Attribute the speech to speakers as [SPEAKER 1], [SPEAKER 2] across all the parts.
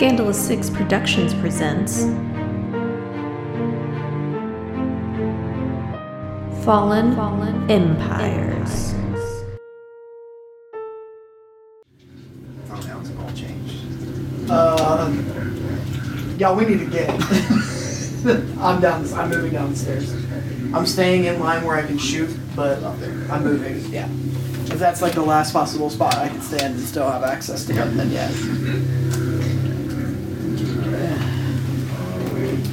[SPEAKER 1] Formula 6 Productions presents Fallen, Fallen Empires.
[SPEAKER 2] Oh, now it's all changed.
[SPEAKER 3] Uh, yeah, we need to get. I'm down. I'm moving downstairs. I'm staying in line where I can shoot, but I'm moving. Yeah, if that's like the last possible spot I can stand and still have access to them, then yeah.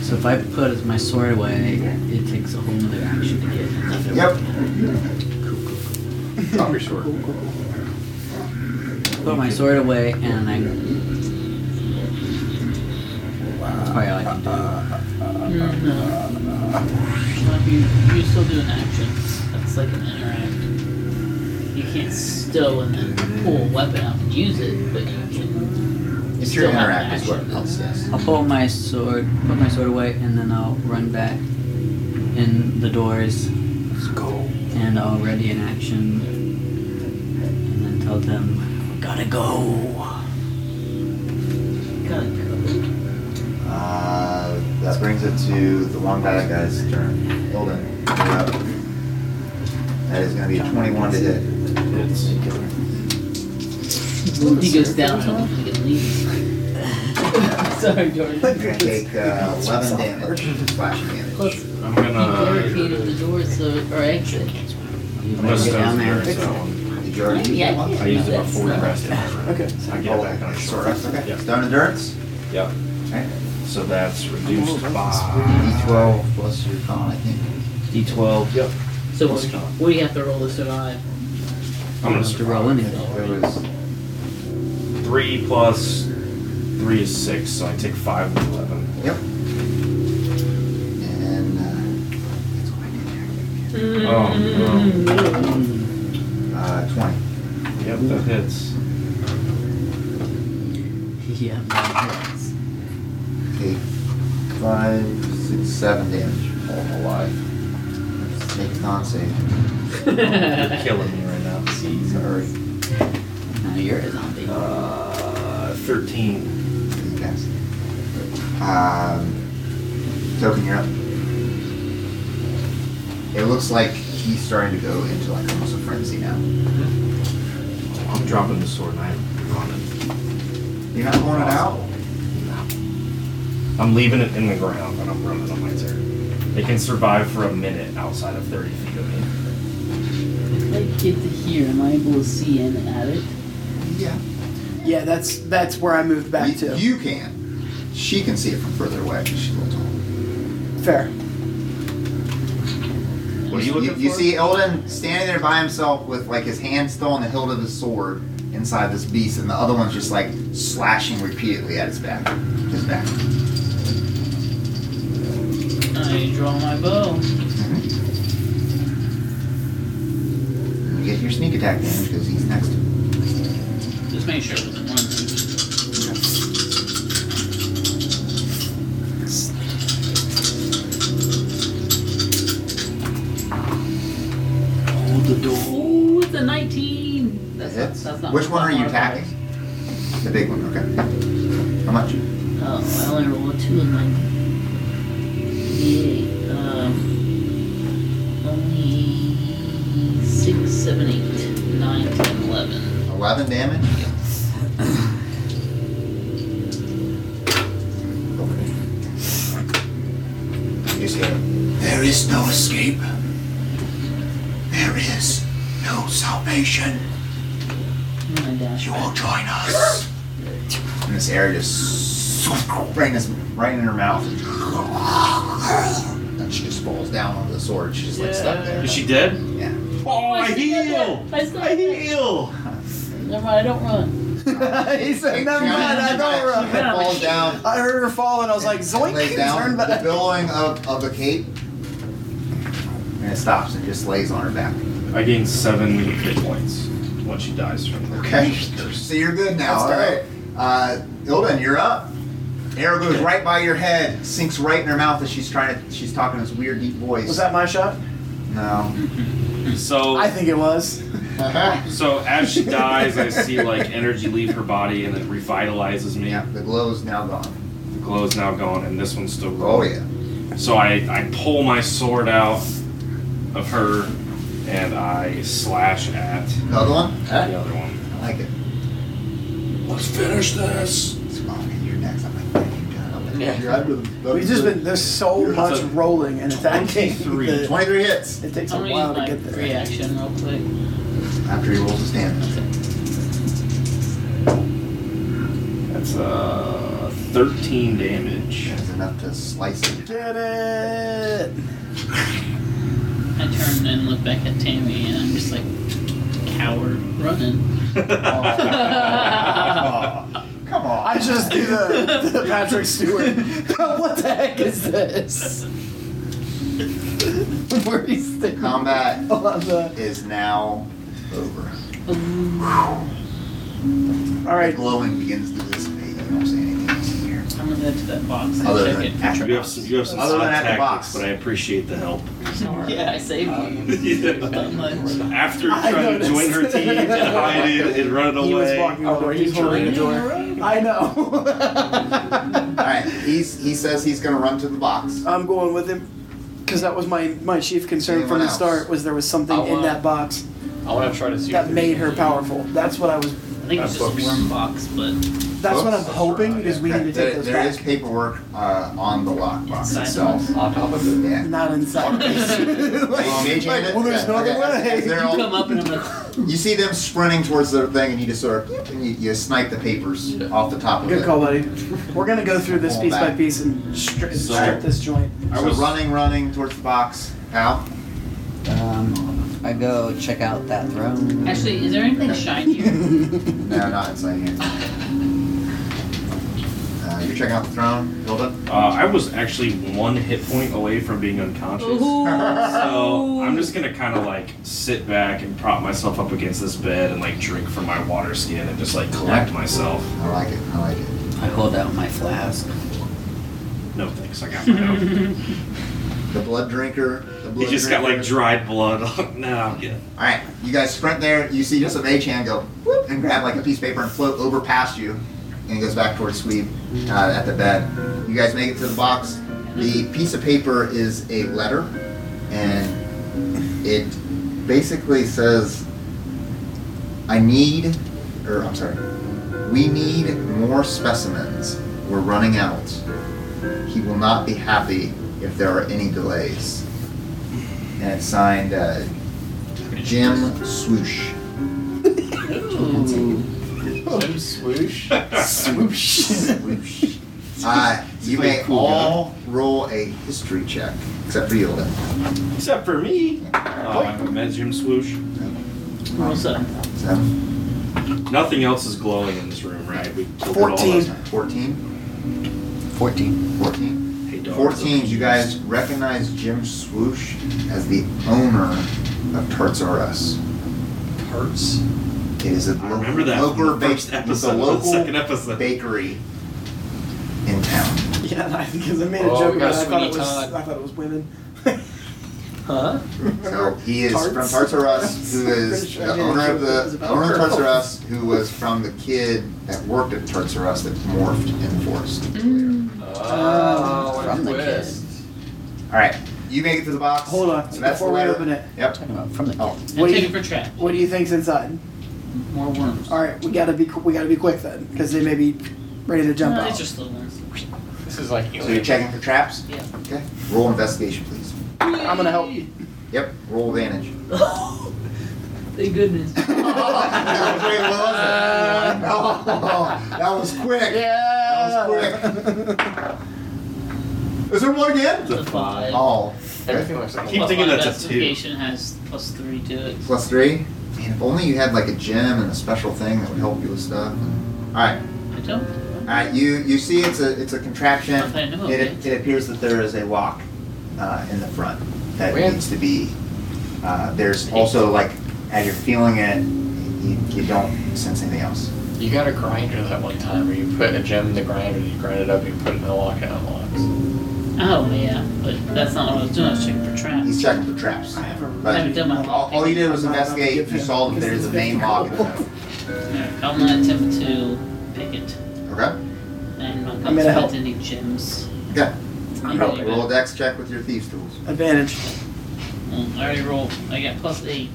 [SPEAKER 4] So if I put my sword away, it takes a whole nother action to get another
[SPEAKER 2] Yep.
[SPEAKER 5] Drop your sword.
[SPEAKER 4] Put my sword away and I. That's probably all I can do.
[SPEAKER 6] No. Well, you, you still do an action. That's like an interact. You can't still and then pull a weapon out and use it, but you can.
[SPEAKER 2] It's your
[SPEAKER 6] still have an
[SPEAKER 2] interact as well.
[SPEAKER 6] action.
[SPEAKER 2] Yes.
[SPEAKER 4] I'll pull my sword, put my sword away, and then I'll run back in the doors. Let's go. And I'll ready in action, and then tell them we gotta go.
[SPEAKER 6] Gotta go.
[SPEAKER 2] Uh, that brings it to the one bad guy's turn. Golden, you're up. That is going to be a 21 to hit.
[SPEAKER 5] It's
[SPEAKER 6] He goes down and I'm gonna leave. Sorry, Jordan.
[SPEAKER 2] You take uh, 11 damage, slashing damage.
[SPEAKER 6] Plus,
[SPEAKER 5] I'm
[SPEAKER 6] he
[SPEAKER 5] gonna.
[SPEAKER 6] barricaded the doors so, or exit.
[SPEAKER 4] You
[SPEAKER 5] I'm
[SPEAKER 4] better
[SPEAKER 5] gonna
[SPEAKER 4] get down there
[SPEAKER 5] stealth there.
[SPEAKER 4] and fix
[SPEAKER 5] so
[SPEAKER 4] it.
[SPEAKER 2] Did you already
[SPEAKER 6] Maybe I
[SPEAKER 2] use
[SPEAKER 6] can.
[SPEAKER 5] I used it
[SPEAKER 6] That's
[SPEAKER 5] before we
[SPEAKER 6] not-
[SPEAKER 5] rolled it.
[SPEAKER 3] Okay.
[SPEAKER 5] So I
[SPEAKER 2] one?
[SPEAKER 5] get back on the
[SPEAKER 2] Sort
[SPEAKER 5] sword.
[SPEAKER 2] of, okay.
[SPEAKER 5] Yeah.
[SPEAKER 2] Stone endurance?
[SPEAKER 5] Yeah.
[SPEAKER 2] Okay.
[SPEAKER 5] So that's reduced by
[SPEAKER 2] D12 plus your con, I think.
[SPEAKER 5] D12. Yep.
[SPEAKER 6] So
[SPEAKER 5] Plus
[SPEAKER 6] what,
[SPEAKER 5] con.
[SPEAKER 6] what do you have to roll to survive?
[SPEAKER 5] I'm gonna
[SPEAKER 4] Have to roll
[SPEAKER 5] survive.
[SPEAKER 4] anything.
[SPEAKER 2] It was
[SPEAKER 5] Three plus three is six, so I take five with eleven.
[SPEAKER 2] Yep. And uh, that's what I did
[SPEAKER 5] Oh, no.
[SPEAKER 4] Mm.
[SPEAKER 2] there. uh, twenty.
[SPEAKER 5] Yep, that hits.
[SPEAKER 4] Yeah. that hurts.
[SPEAKER 2] Eight, five, six, seven damage. All alive. Make non save.
[SPEAKER 5] You're killing me right now.
[SPEAKER 2] Sorry.
[SPEAKER 4] Now you're a zombie.
[SPEAKER 5] Uh, thirteen.
[SPEAKER 2] Yes. Um, Token, you're up. It looks like he's starting to go into like almost a frenzy now.
[SPEAKER 5] I'm dropping the sword. and I'm running.
[SPEAKER 2] You're not pulling it out.
[SPEAKER 5] No. I'm leaving it in the ground, and I'm running on my turn. It can survive for a minute outside of thirty feet of me.
[SPEAKER 6] If I get to here, am I able to see in and at it?
[SPEAKER 2] Yeah.
[SPEAKER 3] Yeah, that's that's where I moved back
[SPEAKER 2] you,
[SPEAKER 3] to.
[SPEAKER 2] you can. She can see it from further away because she's a little tall.
[SPEAKER 3] Fair.
[SPEAKER 5] What are you looking
[SPEAKER 2] you
[SPEAKER 5] for?
[SPEAKER 2] see Elden standing there by himself with like his hand still on the hilt of his sword inside this beast, and the other one's just like slashing repeatedly at his back. His back.
[SPEAKER 6] I draw my bow.
[SPEAKER 2] You get your sneak attack damage because he's next to him.
[SPEAKER 6] Just make sure it wasn't one.
[SPEAKER 4] Hold the door.
[SPEAKER 6] Ooh, it's a 19. That's
[SPEAKER 2] That's
[SPEAKER 6] not,
[SPEAKER 2] it?
[SPEAKER 6] that's not
[SPEAKER 2] Which one are
[SPEAKER 6] that's
[SPEAKER 2] you
[SPEAKER 6] not
[SPEAKER 2] attacking? The big one, okay. How much?
[SPEAKER 6] five. Oh, I only rolled a 2 in my D8. Um, only 6, 7, 8, 9, 10, 11.
[SPEAKER 2] 11 damage? You see him. There is no escape. There is no salvation.
[SPEAKER 6] I'm gonna dash.
[SPEAKER 2] will join us. And this air just right in, his, right in her mouth. And she just falls down onto the sword. She's just like stuck there.
[SPEAKER 5] Is she dead?
[SPEAKER 2] Yeah.
[SPEAKER 5] Oh, I
[SPEAKER 6] still got
[SPEAKER 5] heal!
[SPEAKER 6] that. I still
[SPEAKER 5] I
[SPEAKER 6] got that.
[SPEAKER 5] heal!
[SPEAKER 6] Never mind, I don't run.
[SPEAKER 3] he said, "Never mind, I don't
[SPEAKER 2] She
[SPEAKER 3] run."
[SPEAKER 2] falls down.
[SPEAKER 3] I heard her fall, and I was like, "Zoink!"
[SPEAKER 2] lays
[SPEAKER 3] and
[SPEAKER 2] down,
[SPEAKER 3] turned
[SPEAKER 2] the
[SPEAKER 3] back.
[SPEAKER 2] billowing of, of the cape, and it stops and just lays on her back.
[SPEAKER 5] I gain seven hit points when she dies from the
[SPEAKER 2] Okay,
[SPEAKER 5] curse.
[SPEAKER 2] so you're good now. All
[SPEAKER 3] That's
[SPEAKER 2] right, uh, Ilden, you're up. Arrow goes right by your head, sinks right in her mouth as she's trying to. She's talking in this weird deep voice.
[SPEAKER 3] Was that my shot?
[SPEAKER 2] No.
[SPEAKER 5] So
[SPEAKER 3] I think it was. Uh-huh.
[SPEAKER 5] So as she dies, I see like energy leave her body and it revitalizes me.
[SPEAKER 2] yeah, the glow's now gone.
[SPEAKER 5] The glow's now gone, and this one's still
[SPEAKER 2] Oh
[SPEAKER 5] glowing.
[SPEAKER 2] yeah.
[SPEAKER 5] So I, I pull my sword out of her and I slash at
[SPEAKER 2] Another one?
[SPEAKER 5] the other one.
[SPEAKER 2] I like it.
[SPEAKER 5] Let's finish this.
[SPEAKER 2] It's on in your next. I'm like, thank you, God. I'm like,
[SPEAKER 7] Yeah.
[SPEAKER 2] you're under the-
[SPEAKER 7] We've just been there's so
[SPEAKER 5] You're-
[SPEAKER 7] much
[SPEAKER 5] it's a
[SPEAKER 7] rolling and attacking.
[SPEAKER 5] 23.
[SPEAKER 7] that
[SPEAKER 2] 23 hits
[SPEAKER 7] It takes a
[SPEAKER 6] I'm gonna
[SPEAKER 7] while
[SPEAKER 6] use
[SPEAKER 7] to
[SPEAKER 6] my
[SPEAKER 7] get there.
[SPEAKER 6] reaction real quick.
[SPEAKER 2] after he rolls his damage.
[SPEAKER 5] That's uh 13 damage.
[SPEAKER 2] That's enough to slice it.
[SPEAKER 7] Get it.
[SPEAKER 6] I turn and look back at Tammy, and I'm just like, coward, running.
[SPEAKER 2] Oh. Come on.
[SPEAKER 7] I just do the, the Patrick Stewart. what the heck is this? Where he's sitting on
[SPEAKER 2] Combat
[SPEAKER 7] the.
[SPEAKER 2] is now over.
[SPEAKER 7] All
[SPEAKER 2] The
[SPEAKER 7] right.
[SPEAKER 2] glowing begins to dissipate. You don't see anything else in here.
[SPEAKER 6] I'm gonna go to that box and
[SPEAKER 2] Other
[SPEAKER 6] check
[SPEAKER 2] than
[SPEAKER 6] it for
[SPEAKER 2] after
[SPEAKER 5] You
[SPEAKER 6] traps.
[SPEAKER 5] have some, you have some
[SPEAKER 2] Other than
[SPEAKER 5] odd
[SPEAKER 2] at the
[SPEAKER 5] tactics,
[SPEAKER 2] box.
[SPEAKER 5] but I appreciate the help.
[SPEAKER 6] Yeah, I saved you. Not much.
[SPEAKER 5] After
[SPEAKER 7] I
[SPEAKER 5] trying to
[SPEAKER 7] noticed.
[SPEAKER 5] join her team and hide it and run it away.
[SPEAKER 7] He was walking over. Oh, He's holding the door. I
[SPEAKER 2] All
[SPEAKER 7] know.
[SPEAKER 2] right. He's he says he's gonna run to the box.
[SPEAKER 7] I'm going with him because that was my my chief concern from
[SPEAKER 2] Anyone
[SPEAKER 7] the
[SPEAKER 2] else?
[SPEAKER 7] start was there was something
[SPEAKER 8] I
[SPEAKER 7] in
[SPEAKER 8] wanna-
[SPEAKER 7] that box
[SPEAKER 8] I want to try to see.
[SPEAKER 7] that
[SPEAKER 8] if
[SPEAKER 7] made
[SPEAKER 8] there's-
[SPEAKER 7] her powerful. That's what I was.
[SPEAKER 6] I think it's
[SPEAKER 8] That
[SPEAKER 6] just
[SPEAKER 8] book's-
[SPEAKER 6] one box, but
[SPEAKER 7] That's what I'm
[SPEAKER 2] Oops.
[SPEAKER 7] hoping is we need to
[SPEAKER 2] There-
[SPEAKER 7] take those
[SPEAKER 2] there is
[SPEAKER 7] back.
[SPEAKER 2] paperwork uh, on the lockbox
[SPEAKER 6] Inside the
[SPEAKER 2] itself.
[SPEAKER 8] on top of it.
[SPEAKER 2] Yeah.
[SPEAKER 7] Not inside.
[SPEAKER 2] Well,
[SPEAKER 7] like,
[SPEAKER 2] maybe-
[SPEAKER 7] like, well, there's no other
[SPEAKER 2] Okay,
[SPEAKER 7] way.
[SPEAKER 2] they're
[SPEAKER 6] you
[SPEAKER 2] all-
[SPEAKER 6] come up and I'm like,
[SPEAKER 2] You see them sprinting towards their thing, and you just sort of and you, you snipe the papers off the top of
[SPEAKER 7] Good
[SPEAKER 2] it.
[SPEAKER 7] call, buddy. We're gonna go through this
[SPEAKER 2] Pull
[SPEAKER 7] piece by
[SPEAKER 2] back.
[SPEAKER 7] piece and strip,
[SPEAKER 5] So-
[SPEAKER 7] strip this joint.
[SPEAKER 5] I
[SPEAKER 2] So
[SPEAKER 5] was
[SPEAKER 2] running, running towards the box. Al,
[SPEAKER 4] Um, I go check out that throne.
[SPEAKER 6] actually, is there anything shinier?
[SPEAKER 2] no, not inside here. Uh, you're checking out the throne, Hilda.
[SPEAKER 5] Uh, I was actually one hit point away from being unconscious. So I'm just gonna kind of like sit back and prop myself up against this bed and like drink from my water skin and just like collect myself.
[SPEAKER 2] I like it. I like it.
[SPEAKER 4] I hold out my flask.
[SPEAKER 5] No thanks, I got my own.
[SPEAKER 2] The blood drinker. The blood
[SPEAKER 5] he just got like
[SPEAKER 2] drinker.
[SPEAKER 5] dried blood. no, I'm good.
[SPEAKER 2] All right, you guys sprint there. You see just a mage hand go whoop, and grab like a piece of paper and float over past you, and he goes back towards Sweep uh, at the bed. You guys make it to the box. The piece of paper is a letter, and it basically says, "I need," or I'm sorry, "We need more specimens. We're running out. He will not be happy if there are any delays." And it's signed. Uh, Jim Swoosh.
[SPEAKER 6] Ooh.
[SPEAKER 8] Jim Swoosh.
[SPEAKER 2] Swoosh. Uh, you may all roll a history check, except for Yoda.
[SPEAKER 5] Except for me. Oh, I haven't met Jim Swoosh.
[SPEAKER 6] Roll seven.
[SPEAKER 2] Seven,
[SPEAKER 5] Nothing else is glowing in this room, right? We killed it all last
[SPEAKER 7] 14.
[SPEAKER 5] time.
[SPEAKER 2] 14,
[SPEAKER 4] 14.
[SPEAKER 2] 14.
[SPEAKER 5] Hey, dog,
[SPEAKER 2] 14,
[SPEAKER 5] it's a-
[SPEAKER 2] you guys recognize Jim Swoosh as the owner of Tarts R Us.
[SPEAKER 5] Parts.
[SPEAKER 2] It is a
[SPEAKER 5] I
[SPEAKER 2] local,
[SPEAKER 5] remember that from
[SPEAKER 2] local,
[SPEAKER 5] the first
[SPEAKER 2] bake-
[SPEAKER 5] episode,
[SPEAKER 2] it's a
[SPEAKER 5] the
[SPEAKER 2] local
[SPEAKER 5] second episode.
[SPEAKER 2] bakery in town.
[SPEAKER 7] Yeah, because I made a
[SPEAKER 8] Oh,
[SPEAKER 7] joke
[SPEAKER 8] we got
[SPEAKER 7] about it. I thought it was
[SPEAKER 8] Sweeney Todd.
[SPEAKER 7] I thought it was women.
[SPEAKER 8] Huh?
[SPEAKER 2] So he is
[SPEAKER 7] Tarts?
[SPEAKER 2] from Tarts R Us, who
[SPEAKER 7] Pretty
[SPEAKER 2] is
[SPEAKER 7] sure I
[SPEAKER 2] the
[SPEAKER 7] made a
[SPEAKER 2] owner of
[SPEAKER 7] joke that was
[SPEAKER 2] the
[SPEAKER 7] about
[SPEAKER 2] owner of Tarts R
[SPEAKER 7] girls.
[SPEAKER 2] Us, who was from the kid that worked at Tarts R Us that morphed in the forest.
[SPEAKER 7] Um,
[SPEAKER 8] Oh,
[SPEAKER 4] from the
[SPEAKER 8] twist.
[SPEAKER 2] All right, you make it to the box.
[SPEAKER 7] Hold on,
[SPEAKER 2] so that's the
[SPEAKER 7] before we
[SPEAKER 2] letter.
[SPEAKER 7] open it.
[SPEAKER 2] Yep.
[SPEAKER 4] From the
[SPEAKER 2] Oh,
[SPEAKER 6] And
[SPEAKER 7] What do
[SPEAKER 6] take
[SPEAKER 7] you-
[SPEAKER 6] it for trap.
[SPEAKER 7] What do you think's inside?
[SPEAKER 6] More worms.
[SPEAKER 7] All right, we gotta be qu- we gotta be quick then, because they may be ready to jump
[SPEAKER 6] No,
[SPEAKER 7] out.
[SPEAKER 6] Uh, it's just little ones.
[SPEAKER 8] This is like
[SPEAKER 2] so you're checking for traps.
[SPEAKER 6] Yeah.
[SPEAKER 2] Okay. Roll investigation, please.
[SPEAKER 7] I'm gonna help.
[SPEAKER 2] Yep. Roll advantage.
[SPEAKER 6] Thank goodness.
[SPEAKER 2] that was quick, wasn't it? Oh, that was quick. That was quick. Is there one again?
[SPEAKER 6] The five.
[SPEAKER 2] Oh, okay.
[SPEAKER 8] Everything looks like.
[SPEAKER 5] Keep
[SPEAKER 8] a
[SPEAKER 6] Plus
[SPEAKER 5] thinking
[SPEAKER 6] my
[SPEAKER 5] that's a two.
[SPEAKER 6] investigation has plus three to it.
[SPEAKER 2] plus three. Man, if only you had like a gem and a special thing that would help you with stuff. All right.
[SPEAKER 6] I don't.
[SPEAKER 2] Alright, Uh, you, you see it's a it's a contraption.
[SPEAKER 6] Okay, I know
[SPEAKER 2] It, it appears that there is a lock uh, in the front that
[SPEAKER 8] Weird.
[SPEAKER 2] needs to be. Uh, there's also like as you're feeling it, you, you don't sense anything else.
[SPEAKER 8] You got a grinder that one time where you put a gem in the grinder, you grind it up, you put it in the lock, and it unlocks.
[SPEAKER 6] Oh, Oh, yeah. But that's not what I was doing. I was checking for traps.
[SPEAKER 2] He's checking for traps.
[SPEAKER 7] I have a
[SPEAKER 6] I
[SPEAKER 2] But
[SPEAKER 6] haven't done my
[SPEAKER 2] all, all you did was investigate. You saw that there's a vein log. in the-
[SPEAKER 6] I'm going to attempt to pick it.
[SPEAKER 2] Okay.
[SPEAKER 6] And not
[SPEAKER 7] I'm
[SPEAKER 6] going
[SPEAKER 7] gonna
[SPEAKER 6] to
[SPEAKER 7] help.
[SPEAKER 6] spend any gems.
[SPEAKER 2] Okay.
[SPEAKER 6] I'm
[SPEAKER 7] helping.
[SPEAKER 2] Roll a dex check with your thieves tools.
[SPEAKER 7] advantage.
[SPEAKER 6] I already rolled. I got plus eight.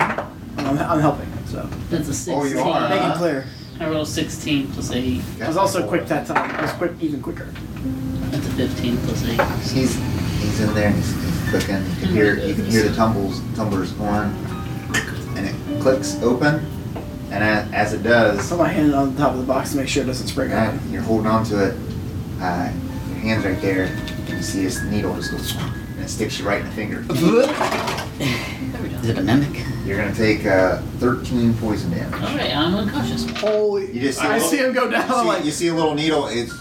[SPEAKER 7] I'm, I'm helping, so
[SPEAKER 6] That's a 16.
[SPEAKER 2] Oh, you are,
[SPEAKER 7] make it
[SPEAKER 2] huh?
[SPEAKER 7] clear.
[SPEAKER 6] I rolled 16 plus 8.
[SPEAKER 7] I was also quick that time. I was quick, even quicker.
[SPEAKER 6] That's a 15 plus 8.
[SPEAKER 2] He's he's in there and he's, he's clicking. You can hear you can hear the tumbles tumblers on, and it clicks open, and a- as it does,
[SPEAKER 7] So my hand on the top of the box to make sure it doesn't spring
[SPEAKER 2] uh,
[SPEAKER 7] open.
[SPEAKER 2] you're holding on to it. Uh, your hands right there, and you see this needle just goes and it sticks you right in the finger.
[SPEAKER 4] Is it a mimic?
[SPEAKER 2] You're gonna take uh, 13 poison damage.
[SPEAKER 6] Alright, I'm unconscious.
[SPEAKER 7] Holy!
[SPEAKER 2] You just see
[SPEAKER 7] I
[SPEAKER 2] a
[SPEAKER 7] see
[SPEAKER 2] little-
[SPEAKER 7] him go down.
[SPEAKER 2] you see,
[SPEAKER 7] I'm like,
[SPEAKER 2] you see a little needle. It's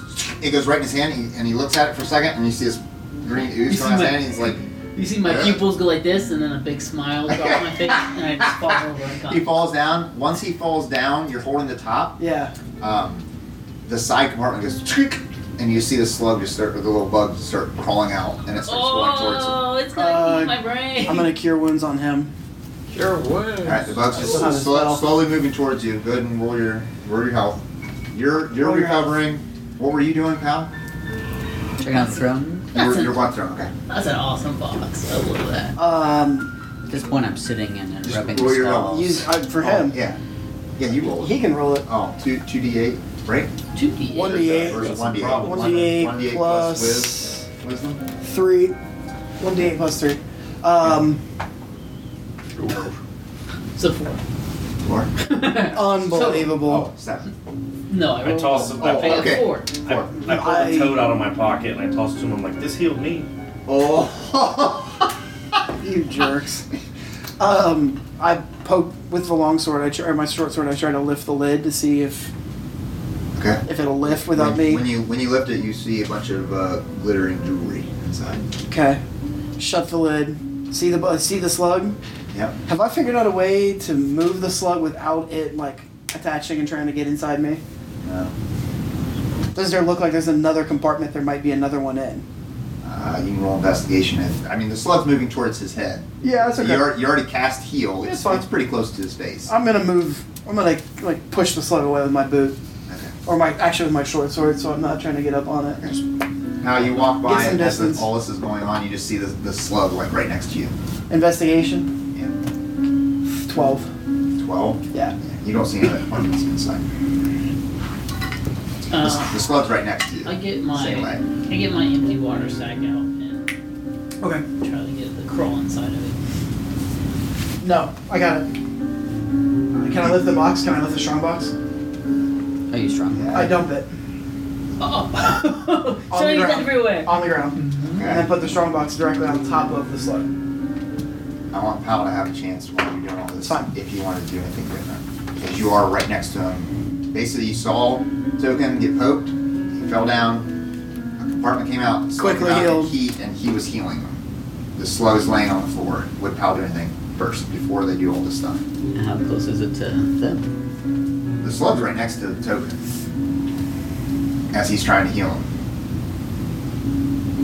[SPEAKER 2] it goes right in his hand, and he, and he looks at it for a second, and you see this green ooze
[SPEAKER 6] You
[SPEAKER 2] from
[SPEAKER 6] see
[SPEAKER 2] his
[SPEAKER 6] my-
[SPEAKER 2] hand. And he's like,
[SPEAKER 6] You see my
[SPEAKER 2] Yeah.
[SPEAKER 6] pupils go like this, and then a big smile goes off my face, and I just fall over
[SPEAKER 2] he
[SPEAKER 6] unconscious.
[SPEAKER 2] falls down. Once he falls down, you're holding the top.
[SPEAKER 7] yeah.
[SPEAKER 2] um, the side compartment goes "Tweak," and you see the slug just start, or the little bug just start crawling out, and it starts going towards him.
[SPEAKER 6] Oh, it's gonna
[SPEAKER 7] Uh,
[SPEAKER 6] eat my brain.
[SPEAKER 7] I'm gonna cure wounds on him.
[SPEAKER 8] Sure would.
[SPEAKER 2] All right, the bug's just
[SPEAKER 7] That's not a
[SPEAKER 2] sl-
[SPEAKER 7] spell.
[SPEAKER 2] slowly moving towards you. Go ahead and roll your roll your health. You're you're
[SPEAKER 7] Roll your health.
[SPEAKER 2] recovering. What were you doing, pal?
[SPEAKER 4] Check out throne.
[SPEAKER 2] You were,
[SPEAKER 6] Nothing.
[SPEAKER 2] you're what throwing? Okay.
[SPEAKER 6] That's an awesome box. I love that.
[SPEAKER 7] Um,
[SPEAKER 4] At this point, I'm sitting in and
[SPEAKER 2] Just
[SPEAKER 4] rubbing
[SPEAKER 2] roll
[SPEAKER 4] the
[SPEAKER 2] your
[SPEAKER 4] skull.
[SPEAKER 7] use uh, for
[SPEAKER 2] Oh,
[SPEAKER 7] him.
[SPEAKER 2] Yeah. Yeah, you roll it.
[SPEAKER 7] He can roll it.
[SPEAKER 2] Oh, two two d eight, right?
[SPEAKER 6] Two D.
[SPEAKER 7] One D eight.
[SPEAKER 2] Or is it one d eight?
[SPEAKER 7] One D eight
[SPEAKER 2] One d eight plus
[SPEAKER 7] plus
[SPEAKER 2] wiz- wisdom.
[SPEAKER 7] three. One D eight plus three. Um,
[SPEAKER 6] So four.
[SPEAKER 2] Four.
[SPEAKER 7] unbelievable.
[SPEAKER 2] Oh, seven.
[SPEAKER 6] No, I
[SPEAKER 5] I
[SPEAKER 6] rolled.
[SPEAKER 5] toss him. I
[SPEAKER 2] Oh,
[SPEAKER 6] I got
[SPEAKER 5] pull,
[SPEAKER 2] okay.
[SPEAKER 6] four.
[SPEAKER 5] I,
[SPEAKER 2] Four.
[SPEAKER 5] I pull
[SPEAKER 7] I-
[SPEAKER 5] the toad out of my pocket and I toss it to him. I'm like, this healed me.
[SPEAKER 2] Oh.
[SPEAKER 7] You jerks. um, I poke with the long sword. I tr- or my short sword. I try to lift the lid to see if
[SPEAKER 2] okay.
[SPEAKER 7] if it'll lift
[SPEAKER 2] when,
[SPEAKER 7] without me.
[SPEAKER 2] When you when you lift it, you see a bunch of uh, glittering jewelry inside.
[SPEAKER 7] Okay. Shut the lid. See the bu- see the slug.
[SPEAKER 2] Yep.
[SPEAKER 7] Have I figured out a way to move the slug without it like attaching and trying to get inside me?
[SPEAKER 2] No.
[SPEAKER 7] Does there look like there's another compartment? There might be another one in.
[SPEAKER 2] Uh, you can roll investigation. If, I mean, the slug's moving towards his head.
[SPEAKER 7] Yeah, that's okay.
[SPEAKER 2] You, are, you already cast heal. It's,
[SPEAKER 7] It's fine. Uh,
[SPEAKER 2] it's pretty close to his face.
[SPEAKER 7] I'm gonna move. I'm gonna like push the slug away with my boot
[SPEAKER 2] Okay.
[SPEAKER 7] or my actually with my short sword, so I'm not trying to get up on it.
[SPEAKER 2] Now you walk
[SPEAKER 7] Get
[SPEAKER 2] by
[SPEAKER 7] some
[SPEAKER 2] and as this-
[SPEAKER 7] distance.
[SPEAKER 2] all this is going on, you just see the, the slug like right next to you.
[SPEAKER 7] Investigation.
[SPEAKER 2] Yeah.
[SPEAKER 7] Twelve.
[SPEAKER 2] Twelve.
[SPEAKER 7] Yeah.
[SPEAKER 2] You don't see any other compartments inside. The, s-
[SPEAKER 6] Uh,
[SPEAKER 2] the slug's right next to you.
[SPEAKER 6] I get my
[SPEAKER 2] Same way.
[SPEAKER 6] I get my empty water sack out and
[SPEAKER 7] Okay.
[SPEAKER 6] try to get the crawl inside of it.
[SPEAKER 7] No, I got it. Can I lift the box? Can I lift the strong box?
[SPEAKER 4] Are you strong?
[SPEAKER 2] Yeah.
[SPEAKER 7] I dump it
[SPEAKER 6] Oh,
[SPEAKER 7] On
[SPEAKER 6] so
[SPEAKER 7] the
[SPEAKER 6] he's
[SPEAKER 7] ground.
[SPEAKER 6] everywhere.
[SPEAKER 7] on the ground and then
[SPEAKER 2] Okay.
[SPEAKER 7] put the strong box directly on top of the slug.
[SPEAKER 2] I want Powell to have a chance while you're doing all this.
[SPEAKER 7] It's fine.
[SPEAKER 2] If you want to do anything different. Because you are right next to him. Basically, you saw Token get poked, he fell down, a compartment came out, slug
[SPEAKER 7] Quickly
[SPEAKER 2] came out,
[SPEAKER 7] healed.
[SPEAKER 2] And he, and he was healing them. The slug is laying on the floor. Would Powell do anything first before they do all this stuff?
[SPEAKER 4] And How close is it to them?
[SPEAKER 2] The slug's right next to Token as he's trying to heal him.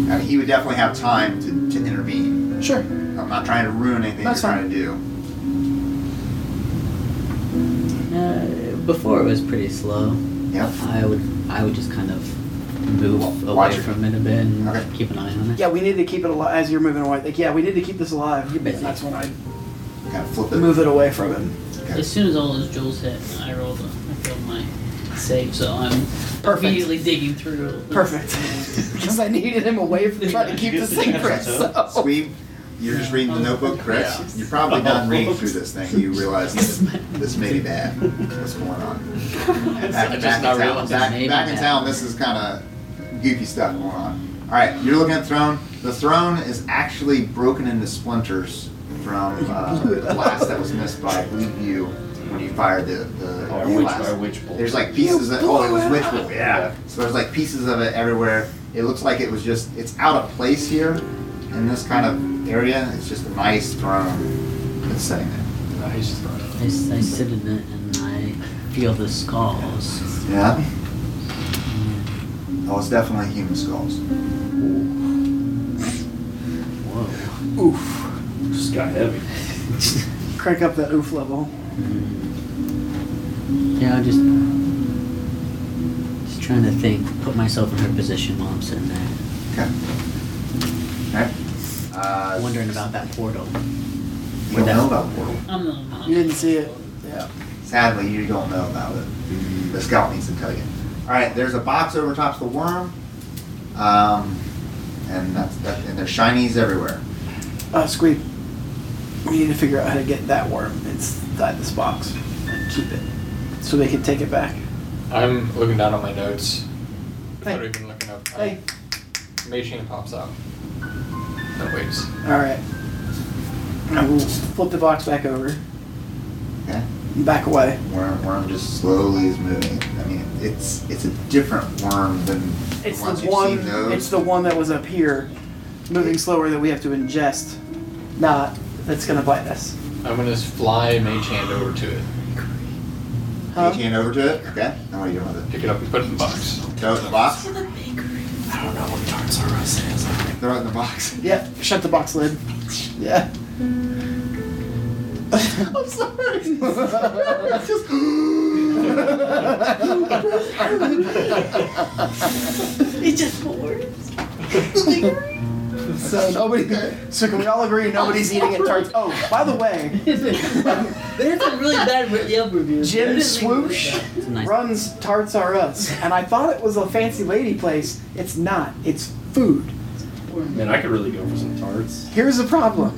[SPEAKER 2] And he would definitely have time to, to intervene.
[SPEAKER 7] Sure.
[SPEAKER 2] I'm not trying to ruin anything
[SPEAKER 7] That's
[SPEAKER 2] you're trying
[SPEAKER 7] fine.
[SPEAKER 2] to do.
[SPEAKER 4] Uh, before it was pretty slow.
[SPEAKER 2] Yep.
[SPEAKER 4] I would I would just kind of move away
[SPEAKER 2] Watch it.
[SPEAKER 4] from it a bit and
[SPEAKER 2] Okay.
[SPEAKER 4] keep an eye on it.
[SPEAKER 7] Yeah, we need to keep it alive as you're moving away. Like, yeah, we need to keep this alive.
[SPEAKER 4] You're busy.
[SPEAKER 7] That's when I
[SPEAKER 2] Gotta flip it.
[SPEAKER 7] move it away from him.
[SPEAKER 2] Okay.
[SPEAKER 6] As soon as all those jewels hit, I rolled. A, I filled my save, so I'm
[SPEAKER 7] Perfect.
[SPEAKER 6] immediately digging through.
[SPEAKER 7] Perfect. Because I needed him away from trying to keep the
[SPEAKER 5] Did you get the
[SPEAKER 7] secret.
[SPEAKER 5] catch
[SPEAKER 7] So.
[SPEAKER 2] Squeeb, you're just reading the notebook, Chris.
[SPEAKER 6] Yeah.
[SPEAKER 2] You're probably done reading through this thing. You realize this, this may be bad. What's going on? Back,
[SPEAKER 4] just
[SPEAKER 2] back,
[SPEAKER 4] not
[SPEAKER 2] in, town,
[SPEAKER 4] realizing
[SPEAKER 2] back,
[SPEAKER 4] maybe
[SPEAKER 2] back in
[SPEAKER 4] bad.
[SPEAKER 2] town, this is kind of goofy stuff going on. All right, you're looking at the throne. The throne is actually broken into splinters from uh, the blast that was missed by you when you fired the, the
[SPEAKER 5] Or
[SPEAKER 4] Oh,
[SPEAKER 2] the
[SPEAKER 5] witch,
[SPEAKER 2] blast.
[SPEAKER 5] or witch bolt.
[SPEAKER 2] There's like pieces that oh it was
[SPEAKER 7] blew it
[SPEAKER 2] witch bolt, yeah. So there's like pieces of it everywhere. It looks like it was just it's out of place here in this kind of area. It's just a nice throne that's sitting there.
[SPEAKER 8] Nice.
[SPEAKER 4] I, s- I sit in it and I feel the skulls.
[SPEAKER 2] Yeah. Oh, it's definitely human skulls.
[SPEAKER 4] Ooh.
[SPEAKER 5] just got heavy.
[SPEAKER 7] Crank up that oof level.
[SPEAKER 4] Yeah, I just just trying to think, put myself in her position while I'm sitting there,
[SPEAKER 2] Alright. Uh,
[SPEAKER 4] wondering about that portal.
[SPEAKER 2] you don't know about Portal.
[SPEAKER 6] I'm the one.
[SPEAKER 7] You didn't see it. Yeah.
[SPEAKER 2] Sadly, you don't know about it. The scout needs to tell you. All right, there's a box over top of the worm, um, and that's that, and there's shinies everywhere.
[SPEAKER 7] Uh, Squeak, we need to figure out how to get that worm inside this box and keep it so they can take it back.
[SPEAKER 8] I'm looking down on my notes.
[SPEAKER 7] Hey.
[SPEAKER 8] Not even looking up.
[SPEAKER 7] Hey.
[SPEAKER 8] Mage hand pops Oh, out. That waves.
[SPEAKER 7] All right. I will flip the box back over.
[SPEAKER 2] Okay.
[SPEAKER 7] and Back away.
[SPEAKER 2] Worm, worm just slowly is moving. I mean, it's it's a different worm than
[SPEAKER 7] It's
[SPEAKER 2] ones
[SPEAKER 7] the
[SPEAKER 2] you've
[SPEAKER 7] one.
[SPEAKER 2] seen those.
[SPEAKER 7] It's the one that was up here, moving slower that we have to ingest. Not that's gonna bite us.
[SPEAKER 8] I'm gonna s- fly mage hand over to it,
[SPEAKER 7] Huh?
[SPEAKER 2] Can you hand over to it? Okay. Now what are you doing with
[SPEAKER 8] pick it up and put it in the box.
[SPEAKER 2] it? Throw it in the box.
[SPEAKER 5] I don't know what Tarts R Us is.
[SPEAKER 2] Throw it in the box.
[SPEAKER 7] Yeah. Shut the box lid. Yeah.
[SPEAKER 2] I'm sorry. Just-
[SPEAKER 6] It just pours.
[SPEAKER 7] So nobody. So can we all agree nobody's eating at tarts? Oh, by the way,
[SPEAKER 6] There's a really bad re- Yelp review.
[SPEAKER 7] Jim
[SPEAKER 6] There's a really
[SPEAKER 7] Swoosh?
[SPEAKER 6] bad-
[SPEAKER 4] It's a nice
[SPEAKER 7] runs Tarts R Us, and I thought it was a fancy lady place. It's not. It's food.
[SPEAKER 5] Man, I could really go for some tarts.
[SPEAKER 7] Here's the problem.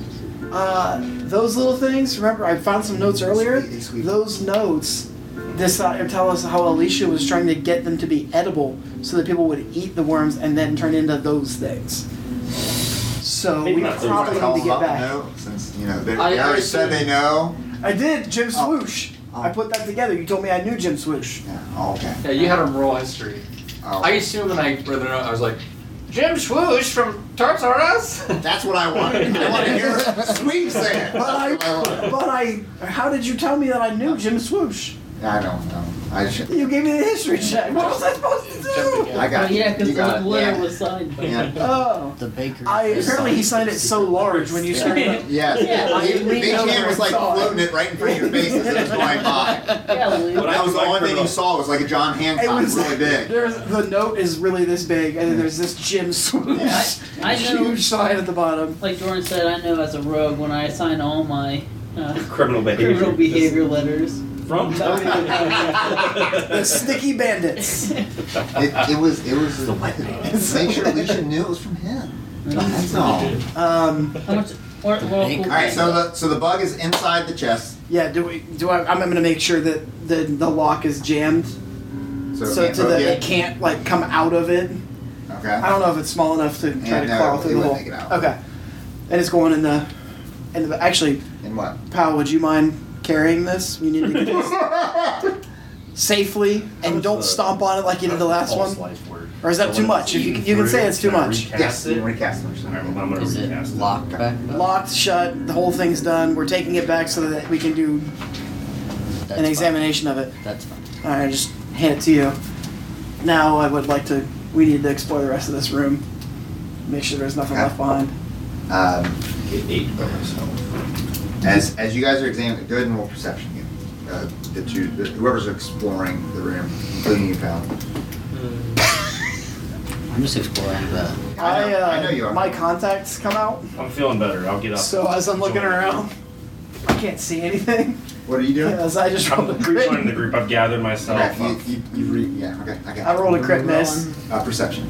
[SPEAKER 7] Uh, those little things. Remember, I found some notes earlier.
[SPEAKER 2] Sweet, sweet.
[SPEAKER 7] Those notes decide tell us how Alicia was trying to get them to be edible, so that people would eat the worms and then turn into those things. So
[SPEAKER 5] Maybe
[SPEAKER 7] we
[SPEAKER 5] not those
[SPEAKER 7] probably
[SPEAKER 2] Tell
[SPEAKER 7] need
[SPEAKER 2] them
[SPEAKER 7] to get
[SPEAKER 2] about the
[SPEAKER 7] back.
[SPEAKER 2] no, since you know they,
[SPEAKER 8] I-
[SPEAKER 2] they
[SPEAKER 8] I
[SPEAKER 2] already said
[SPEAKER 8] assume-
[SPEAKER 2] they know.
[SPEAKER 7] I did Jim
[SPEAKER 2] Oh.
[SPEAKER 7] Swoosh.
[SPEAKER 2] Oh.
[SPEAKER 7] I put that together. You told me I knew Jim Swoosh.
[SPEAKER 2] Yeah. Oh, okay.
[SPEAKER 8] Yeah, you had a roll history.
[SPEAKER 2] Oh.
[SPEAKER 8] I assumed when I read the note, I was like, Jim Swoosh from Tarts R Us?
[SPEAKER 2] That's what I wanted. I want to hear Sweep say it. That's
[SPEAKER 7] But I,
[SPEAKER 2] what I wanted.
[SPEAKER 7] but I, how did you tell me that I knew Jim Swoosh?
[SPEAKER 2] I don't know. I should.
[SPEAKER 7] You gave me the history check. What was I supposed to
[SPEAKER 8] Jumping
[SPEAKER 7] do?
[SPEAKER 8] in.
[SPEAKER 2] I got
[SPEAKER 6] Oh, yeah,
[SPEAKER 2] it. You
[SPEAKER 6] because
[SPEAKER 2] got
[SPEAKER 6] the
[SPEAKER 2] it.
[SPEAKER 6] letter
[SPEAKER 2] Yeah.
[SPEAKER 6] was signed by.
[SPEAKER 2] Yeah.
[SPEAKER 7] Oh,
[SPEAKER 4] the bakery.
[SPEAKER 7] I
[SPEAKER 4] is
[SPEAKER 7] apparently he signed it so large when you started.
[SPEAKER 2] Yeah. yeah.
[SPEAKER 6] I
[SPEAKER 2] They-
[SPEAKER 7] leaned
[SPEAKER 2] they
[SPEAKER 7] over
[SPEAKER 2] hand was
[SPEAKER 7] and
[SPEAKER 2] like
[SPEAKER 7] saw it.
[SPEAKER 2] floating it right in front of your face as it was going by.
[SPEAKER 6] Yeah, Lou.
[SPEAKER 5] But I
[SPEAKER 2] That was the
[SPEAKER 5] like
[SPEAKER 2] only thing
[SPEAKER 5] the-
[SPEAKER 2] you saw was like a John
[SPEAKER 7] It
[SPEAKER 2] Hancock,
[SPEAKER 7] was
[SPEAKER 2] really big.
[SPEAKER 7] There's the note is really this big, and then there's this Jim Swoosh,
[SPEAKER 2] Yeah,
[SPEAKER 6] I know,
[SPEAKER 7] huge sign at the bottom.
[SPEAKER 6] like Jordan said, I know as a rogue when I assign all my uh,
[SPEAKER 5] Criminal behavior.
[SPEAKER 6] criminal behavior letters.
[SPEAKER 5] From Tony.
[SPEAKER 7] The Sticky Bandits.
[SPEAKER 2] It, it was. It was.
[SPEAKER 4] The wet man.
[SPEAKER 2] Make sure Alicia knew it was from him.
[SPEAKER 6] How
[SPEAKER 2] That's all.
[SPEAKER 7] Um,
[SPEAKER 6] much? Or, well,
[SPEAKER 4] All
[SPEAKER 6] cool.
[SPEAKER 2] All right. So the so the bug is inside the chest.
[SPEAKER 7] yeah. Do we? Do I? I'm gonna make sure that the the lock is jammed,
[SPEAKER 2] So,
[SPEAKER 7] so
[SPEAKER 2] it
[SPEAKER 7] to that
[SPEAKER 2] can't
[SPEAKER 7] it can't like come out of it.
[SPEAKER 2] poke in. Okay.
[SPEAKER 7] I don't know if it's small enough to try
[SPEAKER 2] Yeah,
[SPEAKER 7] to
[SPEAKER 2] no,
[SPEAKER 7] claw
[SPEAKER 2] it
[SPEAKER 7] through the
[SPEAKER 2] wouldn't
[SPEAKER 7] hole.
[SPEAKER 2] make it out.
[SPEAKER 7] Okay. And it's going in the. In the actually,
[SPEAKER 2] And what?
[SPEAKER 7] Pal, would you mind carrying this? You need to get this safely,
[SPEAKER 5] How
[SPEAKER 7] and
[SPEAKER 5] much
[SPEAKER 7] don't
[SPEAKER 5] the-
[SPEAKER 7] stomp on it like you did the last one. Or is that too much? If you can- you can say it's too much.
[SPEAKER 2] yes.
[SPEAKER 5] Yes.
[SPEAKER 2] You recast them.
[SPEAKER 5] Alright, well, I'm gonna
[SPEAKER 4] Is it
[SPEAKER 5] recast it.
[SPEAKER 4] locked back? up?
[SPEAKER 7] locked shut the whole thing's done we're taking it back so that we can do
[SPEAKER 4] That's
[SPEAKER 7] an
[SPEAKER 4] fine.
[SPEAKER 7] examination of it
[SPEAKER 4] That's fine.
[SPEAKER 7] all right I just hand it to you now i would like to we need to explore the rest of this room make sure there's nothing
[SPEAKER 2] Okay.
[SPEAKER 7] left behind
[SPEAKER 2] Um,
[SPEAKER 5] Eight by myself.
[SPEAKER 2] As as you guys are examining, go ahead and roll perception again. Uh, the two, the, whoever's exploring the room, including you, pal.
[SPEAKER 4] I'm just exploring the.
[SPEAKER 2] I know,
[SPEAKER 7] uh,
[SPEAKER 2] I know you are.
[SPEAKER 7] my contacts come out
[SPEAKER 5] I'm feeling better. I'll get up.
[SPEAKER 7] so as i'm looking
[SPEAKER 5] Join.
[SPEAKER 7] around i can't see anything
[SPEAKER 2] What are you doing?
[SPEAKER 7] as i just rolled
[SPEAKER 5] I'm
[SPEAKER 7] a crit
[SPEAKER 5] rejoining the group. I've gathered myself
[SPEAKER 2] Okay,
[SPEAKER 5] up.
[SPEAKER 2] you, you, you re, yeah, okay, okay.
[SPEAKER 7] i rolled a crit miss
[SPEAKER 2] Uh, perception.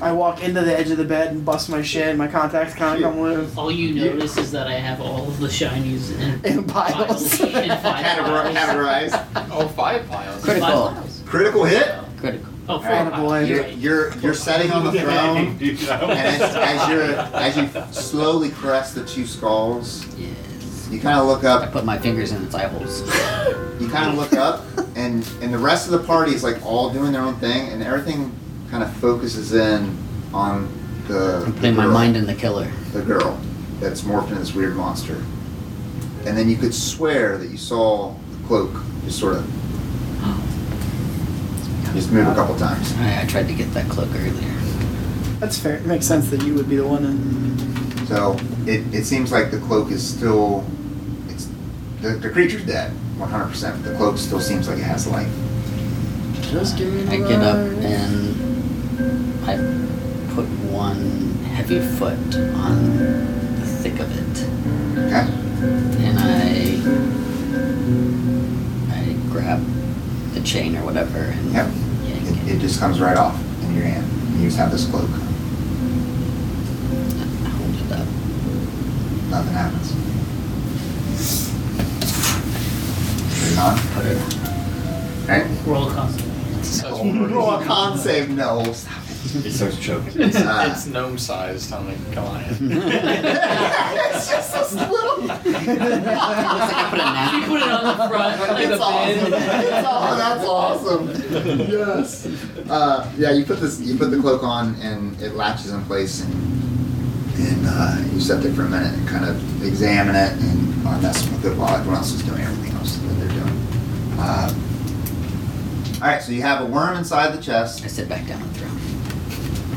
[SPEAKER 7] i walk into the edge of the bed and bust my shin my contacts kind of come loose
[SPEAKER 6] All you notice is that I have all of the shinies in,
[SPEAKER 7] in piles
[SPEAKER 6] files. in five
[SPEAKER 2] Categor-
[SPEAKER 6] files.
[SPEAKER 2] categorize.
[SPEAKER 8] Oh, five piles.
[SPEAKER 4] Critical.
[SPEAKER 6] Five files.
[SPEAKER 2] Critical hit.
[SPEAKER 4] Critical.
[SPEAKER 6] Oh, four
[SPEAKER 2] Atta
[SPEAKER 6] files.
[SPEAKER 7] boy.
[SPEAKER 6] You're
[SPEAKER 2] You're,
[SPEAKER 6] right.
[SPEAKER 2] you're you're setting on the throne, and as, as you're as you slowly caress the two skulls,
[SPEAKER 4] Yes.
[SPEAKER 2] you kind of look
[SPEAKER 4] I
[SPEAKER 2] up.
[SPEAKER 4] put my fingers in its eye holes.
[SPEAKER 2] You kind of look up, and and the rest of the party is like all doing their own thing, and everything kind of focuses in on the.
[SPEAKER 4] I'm putting my
[SPEAKER 2] girl.
[SPEAKER 4] mind in the killer.
[SPEAKER 2] the girl that's morphed into this weird monster. And then you could swear that you saw the cloak just sort of just move a couple times.
[SPEAKER 4] I, I tried to get that cloak earlier.
[SPEAKER 7] that's fair it makes sense that you would be the one in
[SPEAKER 2] So it, it seems like the cloak is still it's the, the creature's dead, one hundred percent. The cloak still seems like it has life.
[SPEAKER 7] Just give me
[SPEAKER 4] I
[SPEAKER 7] a
[SPEAKER 4] get up
[SPEAKER 7] ride.
[SPEAKER 4] and I put one heavy foot on the thick of it,
[SPEAKER 2] Okay.
[SPEAKER 4] and I I grab the chain or whatever and
[SPEAKER 2] Yep.
[SPEAKER 4] yank
[SPEAKER 2] It,
[SPEAKER 4] it.
[SPEAKER 2] it just comes right off in your hand. You just have this cloak.
[SPEAKER 4] I hold it up.
[SPEAKER 2] Nothing happens. Moving on.
[SPEAKER 4] Put it.
[SPEAKER 2] Okay.
[SPEAKER 6] Roll constant.
[SPEAKER 2] Roll a con save. No.
[SPEAKER 5] He starts choking.
[SPEAKER 8] It's,
[SPEAKER 2] Ah.
[SPEAKER 8] it's gnome sized on the Goliath.
[SPEAKER 2] it's just this little.
[SPEAKER 4] Looks like I put a
[SPEAKER 6] You
[SPEAKER 4] napkin.
[SPEAKER 6] put it on the front like
[SPEAKER 2] It's
[SPEAKER 6] a
[SPEAKER 2] awesome.
[SPEAKER 6] pin.
[SPEAKER 2] It's aw- that's awesome. Yes. Uh, yeah, you put this, you put the cloak on, and it latches in place, and and uh, you sit there for a minute and kind of examine it, and uh, that's what good while everyone else is doing everything else that they're doing. Uh, all right, so you have a worm inside the chest.
[SPEAKER 4] I sit back down and throw.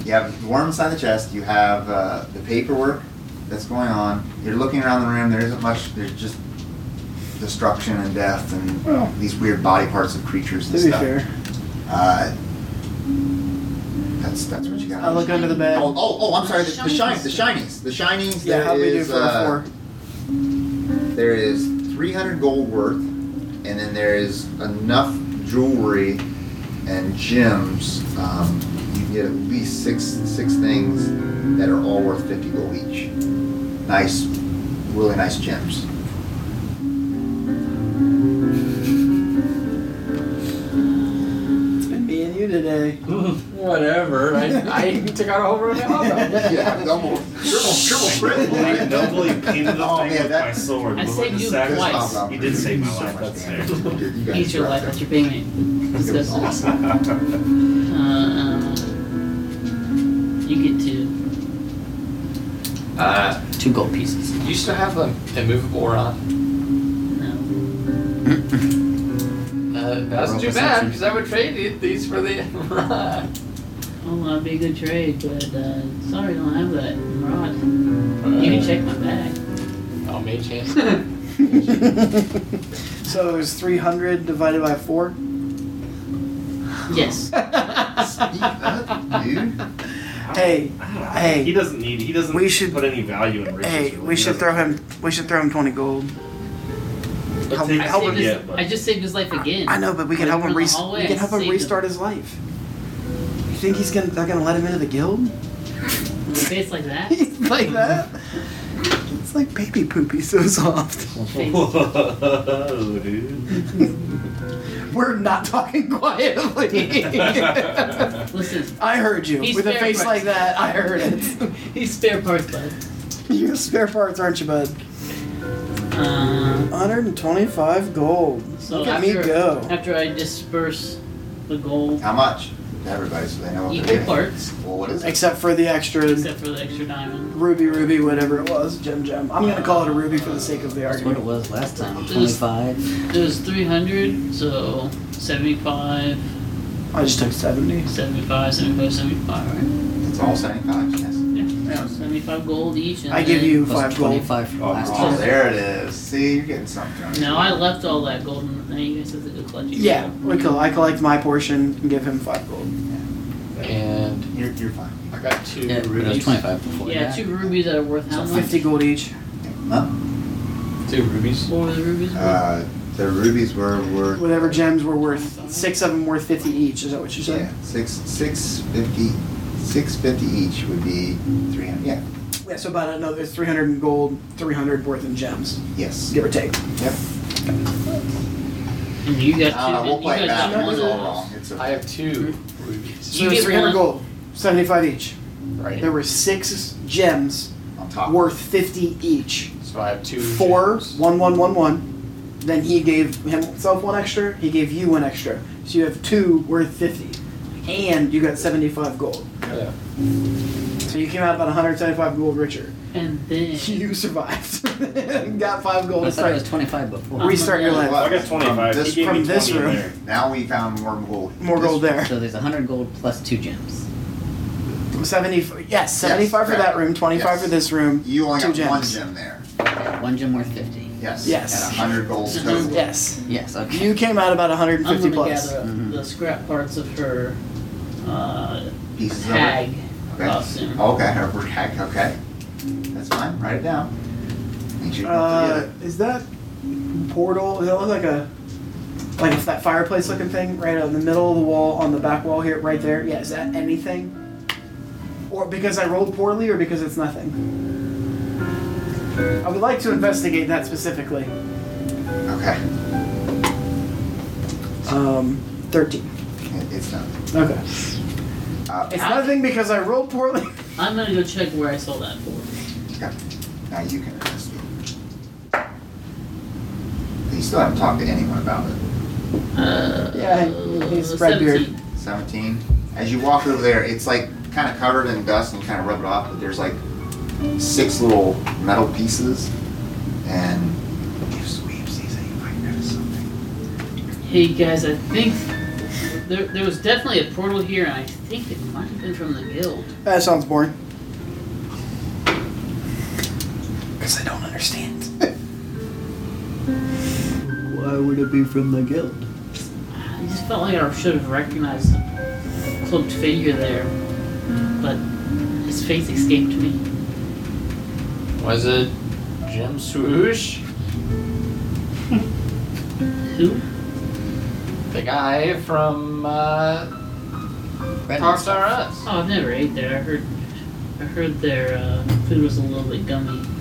[SPEAKER 2] You have the worm inside the chest. You have uh, the paperwork that's going on. You're looking around the room. There isn't much. There's just destruction and death and
[SPEAKER 7] Well.
[SPEAKER 2] these weird body parts of creatures
[SPEAKER 7] To
[SPEAKER 2] and
[SPEAKER 7] be
[SPEAKER 2] stuff.
[SPEAKER 7] fair,
[SPEAKER 2] Uh, that's that's what you got.
[SPEAKER 7] I look under the bed.
[SPEAKER 2] Oh, oh, oh! I'm sorry. The, the shinies, the shinies, the shinies.
[SPEAKER 7] yeah,
[SPEAKER 2] there
[SPEAKER 7] how'd we do
[SPEAKER 2] is,
[SPEAKER 7] for
[SPEAKER 2] uh,
[SPEAKER 7] a four?
[SPEAKER 2] There is 300 gold worth, and then there is enough jewelry and gems. Um, you can get at least six six things that are all worth 50 gold each. Nice, really nice gems.
[SPEAKER 7] It's been me and you today.
[SPEAKER 8] Whatever. I, I took out a whole room of hot dogs.
[SPEAKER 2] yeah, double, triple, triple, triple.
[SPEAKER 5] I doubly pinned the
[SPEAKER 2] Oh, man,
[SPEAKER 5] thing with
[SPEAKER 2] that-
[SPEAKER 5] my sword.
[SPEAKER 6] I
[SPEAKER 5] Looked
[SPEAKER 6] saved
[SPEAKER 5] like a
[SPEAKER 6] you
[SPEAKER 5] sack of-
[SPEAKER 6] twice.
[SPEAKER 5] You did save my life. That's fair.
[SPEAKER 6] Eat your life. That's your payment.
[SPEAKER 2] It was
[SPEAKER 6] Disgusting.
[SPEAKER 2] awesome.
[SPEAKER 6] Uh, you get to
[SPEAKER 8] Uh,
[SPEAKER 4] Two gold pieces.
[SPEAKER 8] you still have an immovable
[SPEAKER 6] Uh,
[SPEAKER 8] rod?
[SPEAKER 6] no.
[SPEAKER 8] Uh,
[SPEAKER 4] Roll
[SPEAKER 8] that's too bad,
[SPEAKER 4] perception.
[SPEAKER 8] because I would trade you these for the rod.
[SPEAKER 6] Oh, that'd be a good trade, but uh, sorry, I don't have that rod. You can check my bag.
[SPEAKER 8] Oh, mage hand.
[SPEAKER 7] so it was 300 divided by 4?
[SPEAKER 6] Yes.
[SPEAKER 2] Speak up, dude.
[SPEAKER 7] Hey, hey.
[SPEAKER 5] He doesn't need. He doesn't.
[SPEAKER 7] We should-
[SPEAKER 5] put any value in riches.
[SPEAKER 7] Hey,
[SPEAKER 5] really.
[SPEAKER 7] we
[SPEAKER 5] He
[SPEAKER 7] should
[SPEAKER 5] doesn't-
[SPEAKER 7] throw him we should throw him 20 gold.
[SPEAKER 5] It
[SPEAKER 7] help-
[SPEAKER 5] takes-
[SPEAKER 6] I,
[SPEAKER 7] help
[SPEAKER 6] saved
[SPEAKER 7] him.
[SPEAKER 5] yeah,
[SPEAKER 6] his,
[SPEAKER 5] but-
[SPEAKER 6] I just saved his life again.
[SPEAKER 7] I know, but we can help him
[SPEAKER 6] From the
[SPEAKER 7] re-
[SPEAKER 6] hallway,
[SPEAKER 7] we can
[SPEAKER 6] I
[SPEAKER 7] help him
[SPEAKER 6] saved
[SPEAKER 7] restart his life. You think he's gonna they're gonna let him into the guild?
[SPEAKER 6] With a face like that.
[SPEAKER 7] He's like that? It's like baby poopy so soft.
[SPEAKER 6] Face.
[SPEAKER 5] Whoa, dude.
[SPEAKER 7] We're not talking quietly.
[SPEAKER 6] Listen,
[SPEAKER 7] I heard you.
[SPEAKER 6] He's
[SPEAKER 7] With a
[SPEAKER 6] fair
[SPEAKER 7] face
[SPEAKER 6] price.
[SPEAKER 7] like that, I heard it.
[SPEAKER 6] he's spare parts, bud.
[SPEAKER 7] You're spare parts, aren't you, bud?
[SPEAKER 6] Uh,
[SPEAKER 7] 125 gold.
[SPEAKER 6] so
[SPEAKER 7] Look at
[SPEAKER 6] after,
[SPEAKER 7] me go.
[SPEAKER 6] After I disperse the gold
[SPEAKER 2] How much? Everybody, so they know what
[SPEAKER 6] equal
[SPEAKER 2] they're doing.
[SPEAKER 6] parts,
[SPEAKER 2] Well, what is it?
[SPEAKER 7] Except for the extra
[SPEAKER 6] except for the extra diamond.
[SPEAKER 7] ruby, ruby, whatever it was, gem, gem. I'm gonna call it a ruby for the sake of the
[SPEAKER 4] That's what it
[SPEAKER 7] argument.
[SPEAKER 4] was last time.
[SPEAKER 6] Just-
[SPEAKER 4] Twenty-five.
[SPEAKER 6] It was 300, so 75,
[SPEAKER 7] I just took 70.
[SPEAKER 6] 75, 75, 75, right?
[SPEAKER 2] It's all 75, yes.
[SPEAKER 6] So 75 gold each. And
[SPEAKER 7] I give
[SPEAKER 6] then-
[SPEAKER 7] you
[SPEAKER 4] Plus
[SPEAKER 7] five gold.
[SPEAKER 4] twenty-five from
[SPEAKER 2] Oh,
[SPEAKER 4] last
[SPEAKER 6] time.
[SPEAKER 2] there it is. See, you're getting something.
[SPEAKER 6] No, I left all that gold, and now you guys have to go collect it.
[SPEAKER 7] Yeah, we col- I collect my portion and give him five gold.
[SPEAKER 8] And
[SPEAKER 2] You're, you're fine.
[SPEAKER 8] I got two
[SPEAKER 4] Yeah, it was
[SPEAKER 8] rubies.
[SPEAKER 4] twenty-five before.
[SPEAKER 6] Yeah,
[SPEAKER 4] that.
[SPEAKER 6] two rubies that are worth how much?
[SPEAKER 7] 50 gold each.
[SPEAKER 2] Huh?
[SPEAKER 8] Two rubies.
[SPEAKER 6] What were the rubies? worth?
[SPEAKER 2] Uh, the rubies were, were
[SPEAKER 7] Whatever gems were worth, six of them worth 50 each. Is that what you said?
[SPEAKER 2] Yeah, six six fifty, six fifty each would be three hundred. Yeah.
[SPEAKER 7] Yeah, so about another 300 in gold, 300 worth in gems,
[SPEAKER 2] Yes.
[SPEAKER 7] give or take.
[SPEAKER 2] Yep.
[SPEAKER 6] and you got two.
[SPEAKER 2] Uh, we'll
[SPEAKER 6] you
[SPEAKER 2] play it
[SPEAKER 6] guys
[SPEAKER 2] back.
[SPEAKER 6] got
[SPEAKER 2] It
[SPEAKER 6] one
[SPEAKER 2] was
[SPEAKER 6] of
[SPEAKER 2] all
[SPEAKER 6] those.
[SPEAKER 2] wrong. It's
[SPEAKER 8] I
[SPEAKER 2] okay.
[SPEAKER 8] have two rubies.
[SPEAKER 7] So
[SPEAKER 6] You
[SPEAKER 7] it's
[SPEAKER 6] get
[SPEAKER 7] 300
[SPEAKER 6] one.
[SPEAKER 7] gold, 75 each.
[SPEAKER 8] Right.
[SPEAKER 7] There were six gems
[SPEAKER 2] on top.
[SPEAKER 7] worth 50 each.
[SPEAKER 8] So I have two.
[SPEAKER 7] Four,
[SPEAKER 8] gems.
[SPEAKER 7] one, one, one, one. Then he gave himself one extra, he gave you one extra. So you have two worth 50. And you got 75 gold.
[SPEAKER 8] Yeah.
[SPEAKER 7] So you came out about 175 gold richer.
[SPEAKER 6] And then
[SPEAKER 7] You survived. got five gold.
[SPEAKER 4] I
[SPEAKER 7] to
[SPEAKER 4] thought it was
[SPEAKER 7] start.
[SPEAKER 4] twenty-five before.
[SPEAKER 7] Restart your life.
[SPEAKER 5] I got twenty-five.
[SPEAKER 2] From this-
[SPEAKER 5] he gave
[SPEAKER 7] from
[SPEAKER 5] me
[SPEAKER 7] this
[SPEAKER 5] 20 in
[SPEAKER 7] room.
[SPEAKER 5] there.
[SPEAKER 2] Now we found more gold.
[SPEAKER 7] More gold there.
[SPEAKER 4] So there's hundred gold plus two gems.
[SPEAKER 7] Seventy. Yes, seventy-five for
[SPEAKER 2] correct.
[SPEAKER 7] that room. Twenty-five
[SPEAKER 2] Yes.
[SPEAKER 7] for this room.
[SPEAKER 2] You only
[SPEAKER 7] two
[SPEAKER 2] got
[SPEAKER 7] gems.
[SPEAKER 2] one gem there.
[SPEAKER 4] One gem worth 50.
[SPEAKER 2] Yes. At
[SPEAKER 7] Yes.
[SPEAKER 2] 100 gold total.
[SPEAKER 7] Yes,
[SPEAKER 4] Yes, okay.
[SPEAKER 7] you came out about one hundred and
[SPEAKER 6] I'm
[SPEAKER 7] fifty
[SPEAKER 6] gonna
[SPEAKER 7] plus.
[SPEAKER 6] gather up
[SPEAKER 4] Mhm.
[SPEAKER 2] Mm-hmm.
[SPEAKER 6] the scrap parts of her uh,
[SPEAKER 2] Pieces of it.
[SPEAKER 6] tag
[SPEAKER 2] Okay.
[SPEAKER 6] costume.
[SPEAKER 2] Okay, Herbert Hack, okay. That's fine, write it down. Make sure you don't
[SPEAKER 7] Uh,
[SPEAKER 2] forget it.
[SPEAKER 7] is that portal? Does that look like a like that fireplace looking thing right out in the middle of the wall on the back wall here, right there? Yeah, is that anything? Or because I rolled poorly, or because it's nothing? I would like to investigate that specifically.
[SPEAKER 2] Okay,
[SPEAKER 7] Um, thirteen.
[SPEAKER 2] It- it's done.
[SPEAKER 7] Okay.
[SPEAKER 2] Uh,
[SPEAKER 7] It's nothing because I rolled poorly.
[SPEAKER 6] I'm gonna go check where I saw that for.
[SPEAKER 2] okay. Now you can arrest me. You still haven't talked to anyone about it.
[SPEAKER 6] Uh,
[SPEAKER 7] Yeah, he- he's
[SPEAKER 6] uh,
[SPEAKER 7] Redbeard.
[SPEAKER 6] 17.
[SPEAKER 2] 17. As you walk over there, it's like kind of covered in dust and you kind of rub it off, but there's like six little metal pieces. And if Sweeps sees it, he might notice something.
[SPEAKER 6] Hey guys, I think there, there was definitely a portal here, and I think it might have been from the guild.
[SPEAKER 7] That sounds boring. Because I don't understand.
[SPEAKER 4] Why would it be from the guild?
[SPEAKER 6] I just felt like I should have recognized the cloaked figure there, but his face escaped me.
[SPEAKER 8] Was it Jim Swoosh?
[SPEAKER 6] Who?
[SPEAKER 8] The guy from uh, Talks R Us.
[SPEAKER 6] Oh, I've never ate there. I heard, I heard their uh, food was a little bit gummy.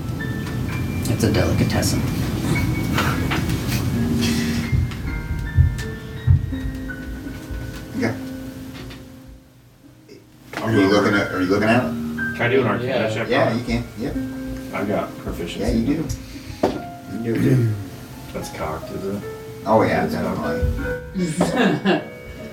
[SPEAKER 4] It's a delicatessen.
[SPEAKER 2] Okay. Are you looking at Are you looking at it?
[SPEAKER 5] Can I do an Arcana
[SPEAKER 8] Yeah.
[SPEAKER 5] check?
[SPEAKER 2] Yeah,
[SPEAKER 5] on
[SPEAKER 2] you
[SPEAKER 5] it?
[SPEAKER 2] can. Yep.
[SPEAKER 5] I've got proficiency.
[SPEAKER 2] Yeah, you do.
[SPEAKER 5] You do. That's cocked, is it?
[SPEAKER 2] Oh yeah, definitely.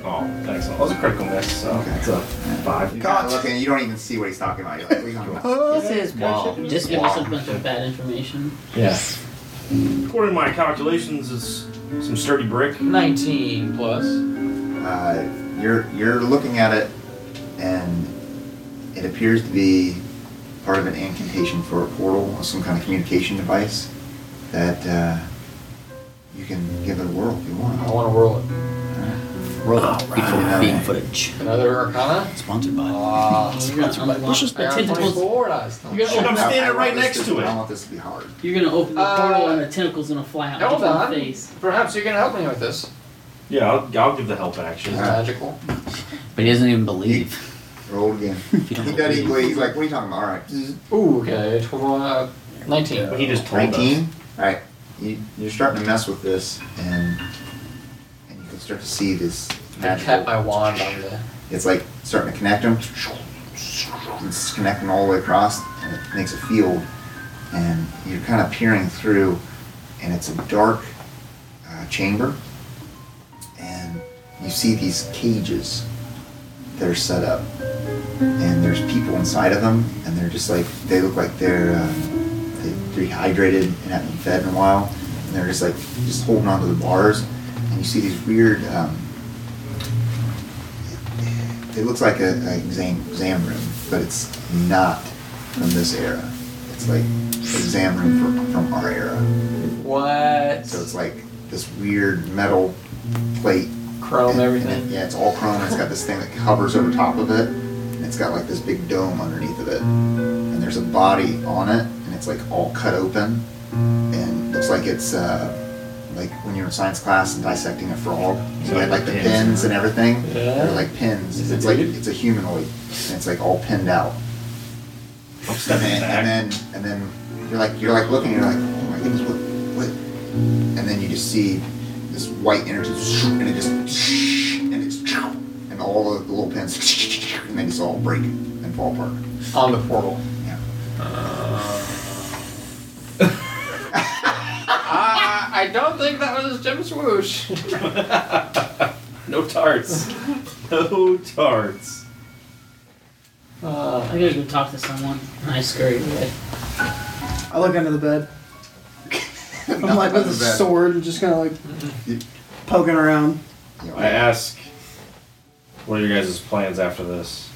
[SPEAKER 5] Oh, thanks. That was a critical miss, so
[SPEAKER 2] Okay.
[SPEAKER 5] that's a five.
[SPEAKER 2] You're not looking. You don't even see what he's talking about. You're like, what are you talking about?
[SPEAKER 4] This is
[SPEAKER 6] You just give us a bunch of bad information.
[SPEAKER 8] Yeah.
[SPEAKER 5] According to my calculations, it's some sturdy brick.
[SPEAKER 8] 19 plus.
[SPEAKER 2] Uh, you're you're looking at it, and it appears to be part of an incantation for a portal or some kind of communication device that uh, you can give it a whirl if you
[SPEAKER 8] I
[SPEAKER 2] want.
[SPEAKER 8] want to roll it.
[SPEAKER 4] Roll right.
[SPEAKER 2] Alright.
[SPEAKER 4] being footage.
[SPEAKER 8] Another Arcana?
[SPEAKER 4] Sponsored by.
[SPEAKER 8] Uh,
[SPEAKER 6] You're gonna unlock.
[SPEAKER 8] I got
[SPEAKER 6] tentacles.
[SPEAKER 8] 24 dice.
[SPEAKER 6] You're
[SPEAKER 5] Shit,
[SPEAKER 6] gonna
[SPEAKER 5] I'm
[SPEAKER 6] open,
[SPEAKER 2] I- I
[SPEAKER 5] standing
[SPEAKER 2] want
[SPEAKER 5] right
[SPEAKER 2] this
[SPEAKER 5] next
[SPEAKER 2] be-
[SPEAKER 5] to
[SPEAKER 2] I don't
[SPEAKER 5] it.
[SPEAKER 2] want this to be hard.
[SPEAKER 6] you're gonna open the portal,
[SPEAKER 8] Uh,
[SPEAKER 6] and the tentacles gonna fly out
[SPEAKER 8] Hold
[SPEAKER 6] into my
[SPEAKER 8] on.
[SPEAKER 6] face.
[SPEAKER 8] Perhaps you can help me with this.
[SPEAKER 5] Yeah, I'll, I'll give the help action.
[SPEAKER 2] Yeah.
[SPEAKER 8] It's magical.
[SPEAKER 4] But he doesn't even believe.
[SPEAKER 2] Roll again.
[SPEAKER 4] If
[SPEAKER 2] he
[SPEAKER 4] you don't
[SPEAKER 2] doesn't
[SPEAKER 4] believe.
[SPEAKER 2] equally- He's like, what are you talking about? All right.
[SPEAKER 8] Ooh, okay. 12, uh, 19.
[SPEAKER 5] But he just told us.
[SPEAKER 2] 19? Alright, you, you're starting to mess with this, and, and you can start to see this
[SPEAKER 8] I tap
[SPEAKER 2] magical.
[SPEAKER 8] my wand on the.
[SPEAKER 2] It's like starting to connect them. It's connecting all the way across, and it makes a field, and you're kind of peering through, and it's a dark uh, chamber, and you see these cages that are set up, and there's people inside of them, and they're just like they look like they're uh, they rehydrated and haven't been fed in a while, and they're just like just holding onto the bars, and you see these weird. Um, it looks like a, a exam exam room, but it's not from this era. It's like exam room for, from our era.
[SPEAKER 8] What?
[SPEAKER 2] So it's like this weird metal plate
[SPEAKER 8] Chrome
[SPEAKER 2] and-
[SPEAKER 8] everything.
[SPEAKER 2] and it- yeah, it's all chrome. It's got this thing that covers over top of it. And it's got like this big dome underneath of it. And there's a body on it, and it's like all cut open. And looks like it's uh, like when you're in science class and dissecting a frog. So you had like the pins and everything.
[SPEAKER 8] Yeah.
[SPEAKER 2] They're like pins.
[SPEAKER 8] Is it
[SPEAKER 2] it's like
[SPEAKER 8] dude?
[SPEAKER 2] it's a humanoid, and it's like all pinned out.
[SPEAKER 5] I'm
[SPEAKER 2] And
[SPEAKER 5] stepping
[SPEAKER 2] then,
[SPEAKER 5] back.
[SPEAKER 2] and then and then you're like you're like looking, you're like, oh my goodness, what what and then you just see this white energy and it just and it's and all the little pins and they just all break and fall apart.
[SPEAKER 8] On the portal.
[SPEAKER 2] Yeah.
[SPEAKER 8] Ah, I don't think that was Jim Swoosh.
[SPEAKER 5] no tarts. no tarts.
[SPEAKER 8] Uh,
[SPEAKER 6] I gotta go talk to someone. And I scurry away.
[SPEAKER 7] I look under the bed. I'm like with a sword and just kind of
[SPEAKER 2] Mm-hmm.
[SPEAKER 7] like poking around.
[SPEAKER 2] You know,
[SPEAKER 5] I ask, what are your guys' plans after this?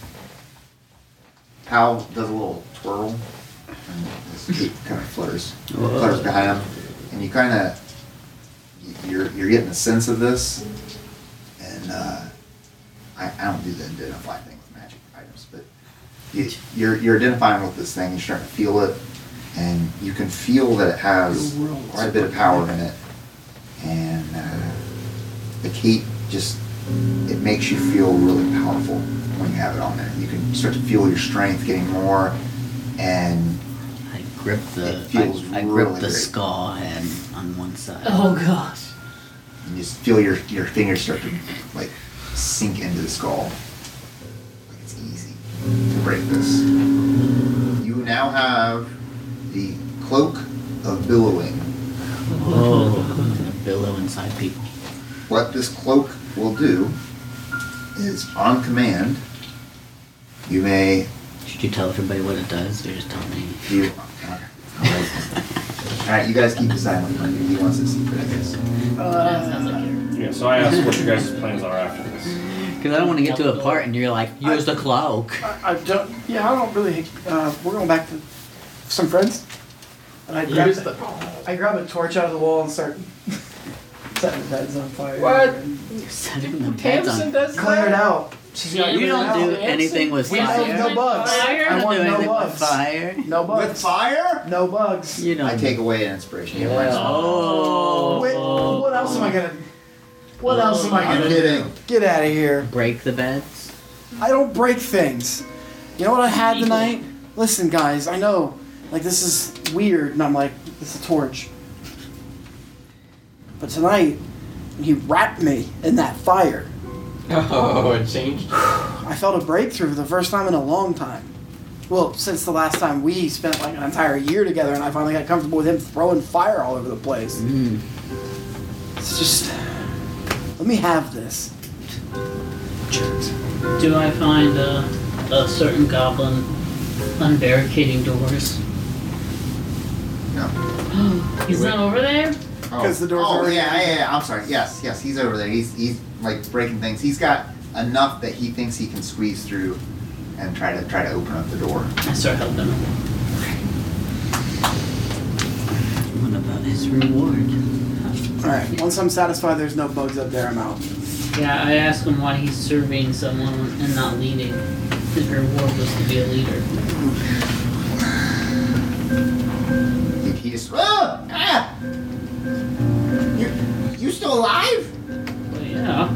[SPEAKER 2] Pal does a little twirl. And his cape kind of flutters, flutters behind him, and you kind of you're you're getting a sense of this. And uh, I, I don't do the identify thing with magic items, but you, you're you're identifying with this thing. You're starting to feel it, and you can feel that it has quite a bit of power in it. And uh, the cape just it makes you feel really powerful when you have it on there. You can start to feel your strength getting more, and
[SPEAKER 4] I gripped the
[SPEAKER 2] It feels
[SPEAKER 4] I, I gripped
[SPEAKER 2] really
[SPEAKER 4] the
[SPEAKER 2] great.
[SPEAKER 4] skull head on one side.
[SPEAKER 6] Oh gosh.
[SPEAKER 2] you just feel your your fingers start to like sink into the skull. Like it's easy to break this. You now have the cloak of billowing.
[SPEAKER 4] Oh, billow inside people.
[SPEAKER 2] What this cloak will do is on command. You may
[SPEAKER 4] Should you tell everybody what it does, or just tell me?
[SPEAKER 2] You. All right. All right, you guys keep deciding what you want to see for that, I guess.
[SPEAKER 7] Uh,
[SPEAKER 6] That sounds like it.
[SPEAKER 5] Yeah, so I asked what your guys' plans are after this.
[SPEAKER 4] Because I don't want to get to a part and you're like, use the cloak.
[SPEAKER 7] I, I don't. Yeah, I don't really. Uh, we're going back to some friends. And I grab,
[SPEAKER 3] Here's
[SPEAKER 7] the,
[SPEAKER 3] the- I grab a torch out of the wall and start setting the beds on fire.
[SPEAKER 8] What?
[SPEAKER 4] You're setting the beds on.
[SPEAKER 8] does
[SPEAKER 7] Clear it out. She's got
[SPEAKER 6] Yeah,
[SPEAKER 4] You
[SPEAKER 7] clear it
[SPEAKER 4] don't do
[SPEAKER 7] out.
[SPEAKER 4] anything with
[SPEAKER 7] We don't
[SPEAKER 4] fire.
[SPEAKER 7] have no bugs.
[SPEAKER 6] Fire?
[SPEAKER 4] You
[SPEAKER 7] I
[SPEAKER 4] don't
[SPEAKER 7] want
[SPEAKER 4] do
[SPEAKER 7] no
[SPEAKER 4] anything
[SPEAKER 7] bugs.
[SPEAKER 4] with fire.
[SPEAKER 7] No
[SPEAKER 2] With
[SPEAKER 7] bugs.
[SPEAKER 2] fire?
[SPEAKER 7] No bugs.
[SPEAKER 4] You don't.
[SPEAKER 2] I take away an inspiration. You have
[SPEAKER 8] Yeah.
[SPEAKER 2] minus one.
[SPEAKER 4] Oh.
[SPEAKER 7] Wait, what else am I gonna? What else am I
[SPEAKER 2] I'm
[SPEAKER 7] gonna
[SPEAKER 2] kidding.
[SPEAKER 7] Get out of here.
[SPEAKER 4] Break the beds.
[SPEAKER 7] I don't break things. You know what I had tonight? Listen, guys, I know, like, this is weird, and I'm like, this is a torch. But tonight, he wrapped me in that fire.
[SPEAKER 8] Oh, it changed.
[SPEAKER 7] I felt a breakthrough for the first time in a long time. Well, since the last time we spent like an entire year together, and I finally got comfortable with him throwing fire all over the place.
[SPEAKER 4] Mm.
[SPEAKER 7] It's just, let me have this. Jerks.
[SPEAKER 6] Do I find a, a certain goblin unbarricading doors?
[SPEAKER 2] No.
[SPEAKER 6] He's not over there?
[SPEAKER 2] Oh.
[SPEAKER 7] 'Cause the door's
[SPEAKER 2] Oh,
[SPEAKER 7] already
[SPEAKER 2] yeah,
[SPEAKER 7] open.
[SPEAKER 2] yeah, yeah. I'm sorry. Yes, yes. He's over there. He's, he's like breaking things. He's got enough that he thinks he can squeeze through and try to try to open up the door.
[SPEAKER 6] I start helping him.
[SPEAKER 4] What about his reward?
[SPEAKER 7] Alright, once I'm satisfied there's no bugs up there, I'm out.
[SPEAKER 6] Yeah, I asked him why he's serving someone and not leading. His reward was to be a leader.
[SPEAKER 2] He, he just. Oh, ah! You're, you still alive?
[SPEAKER 6] Well, yeah,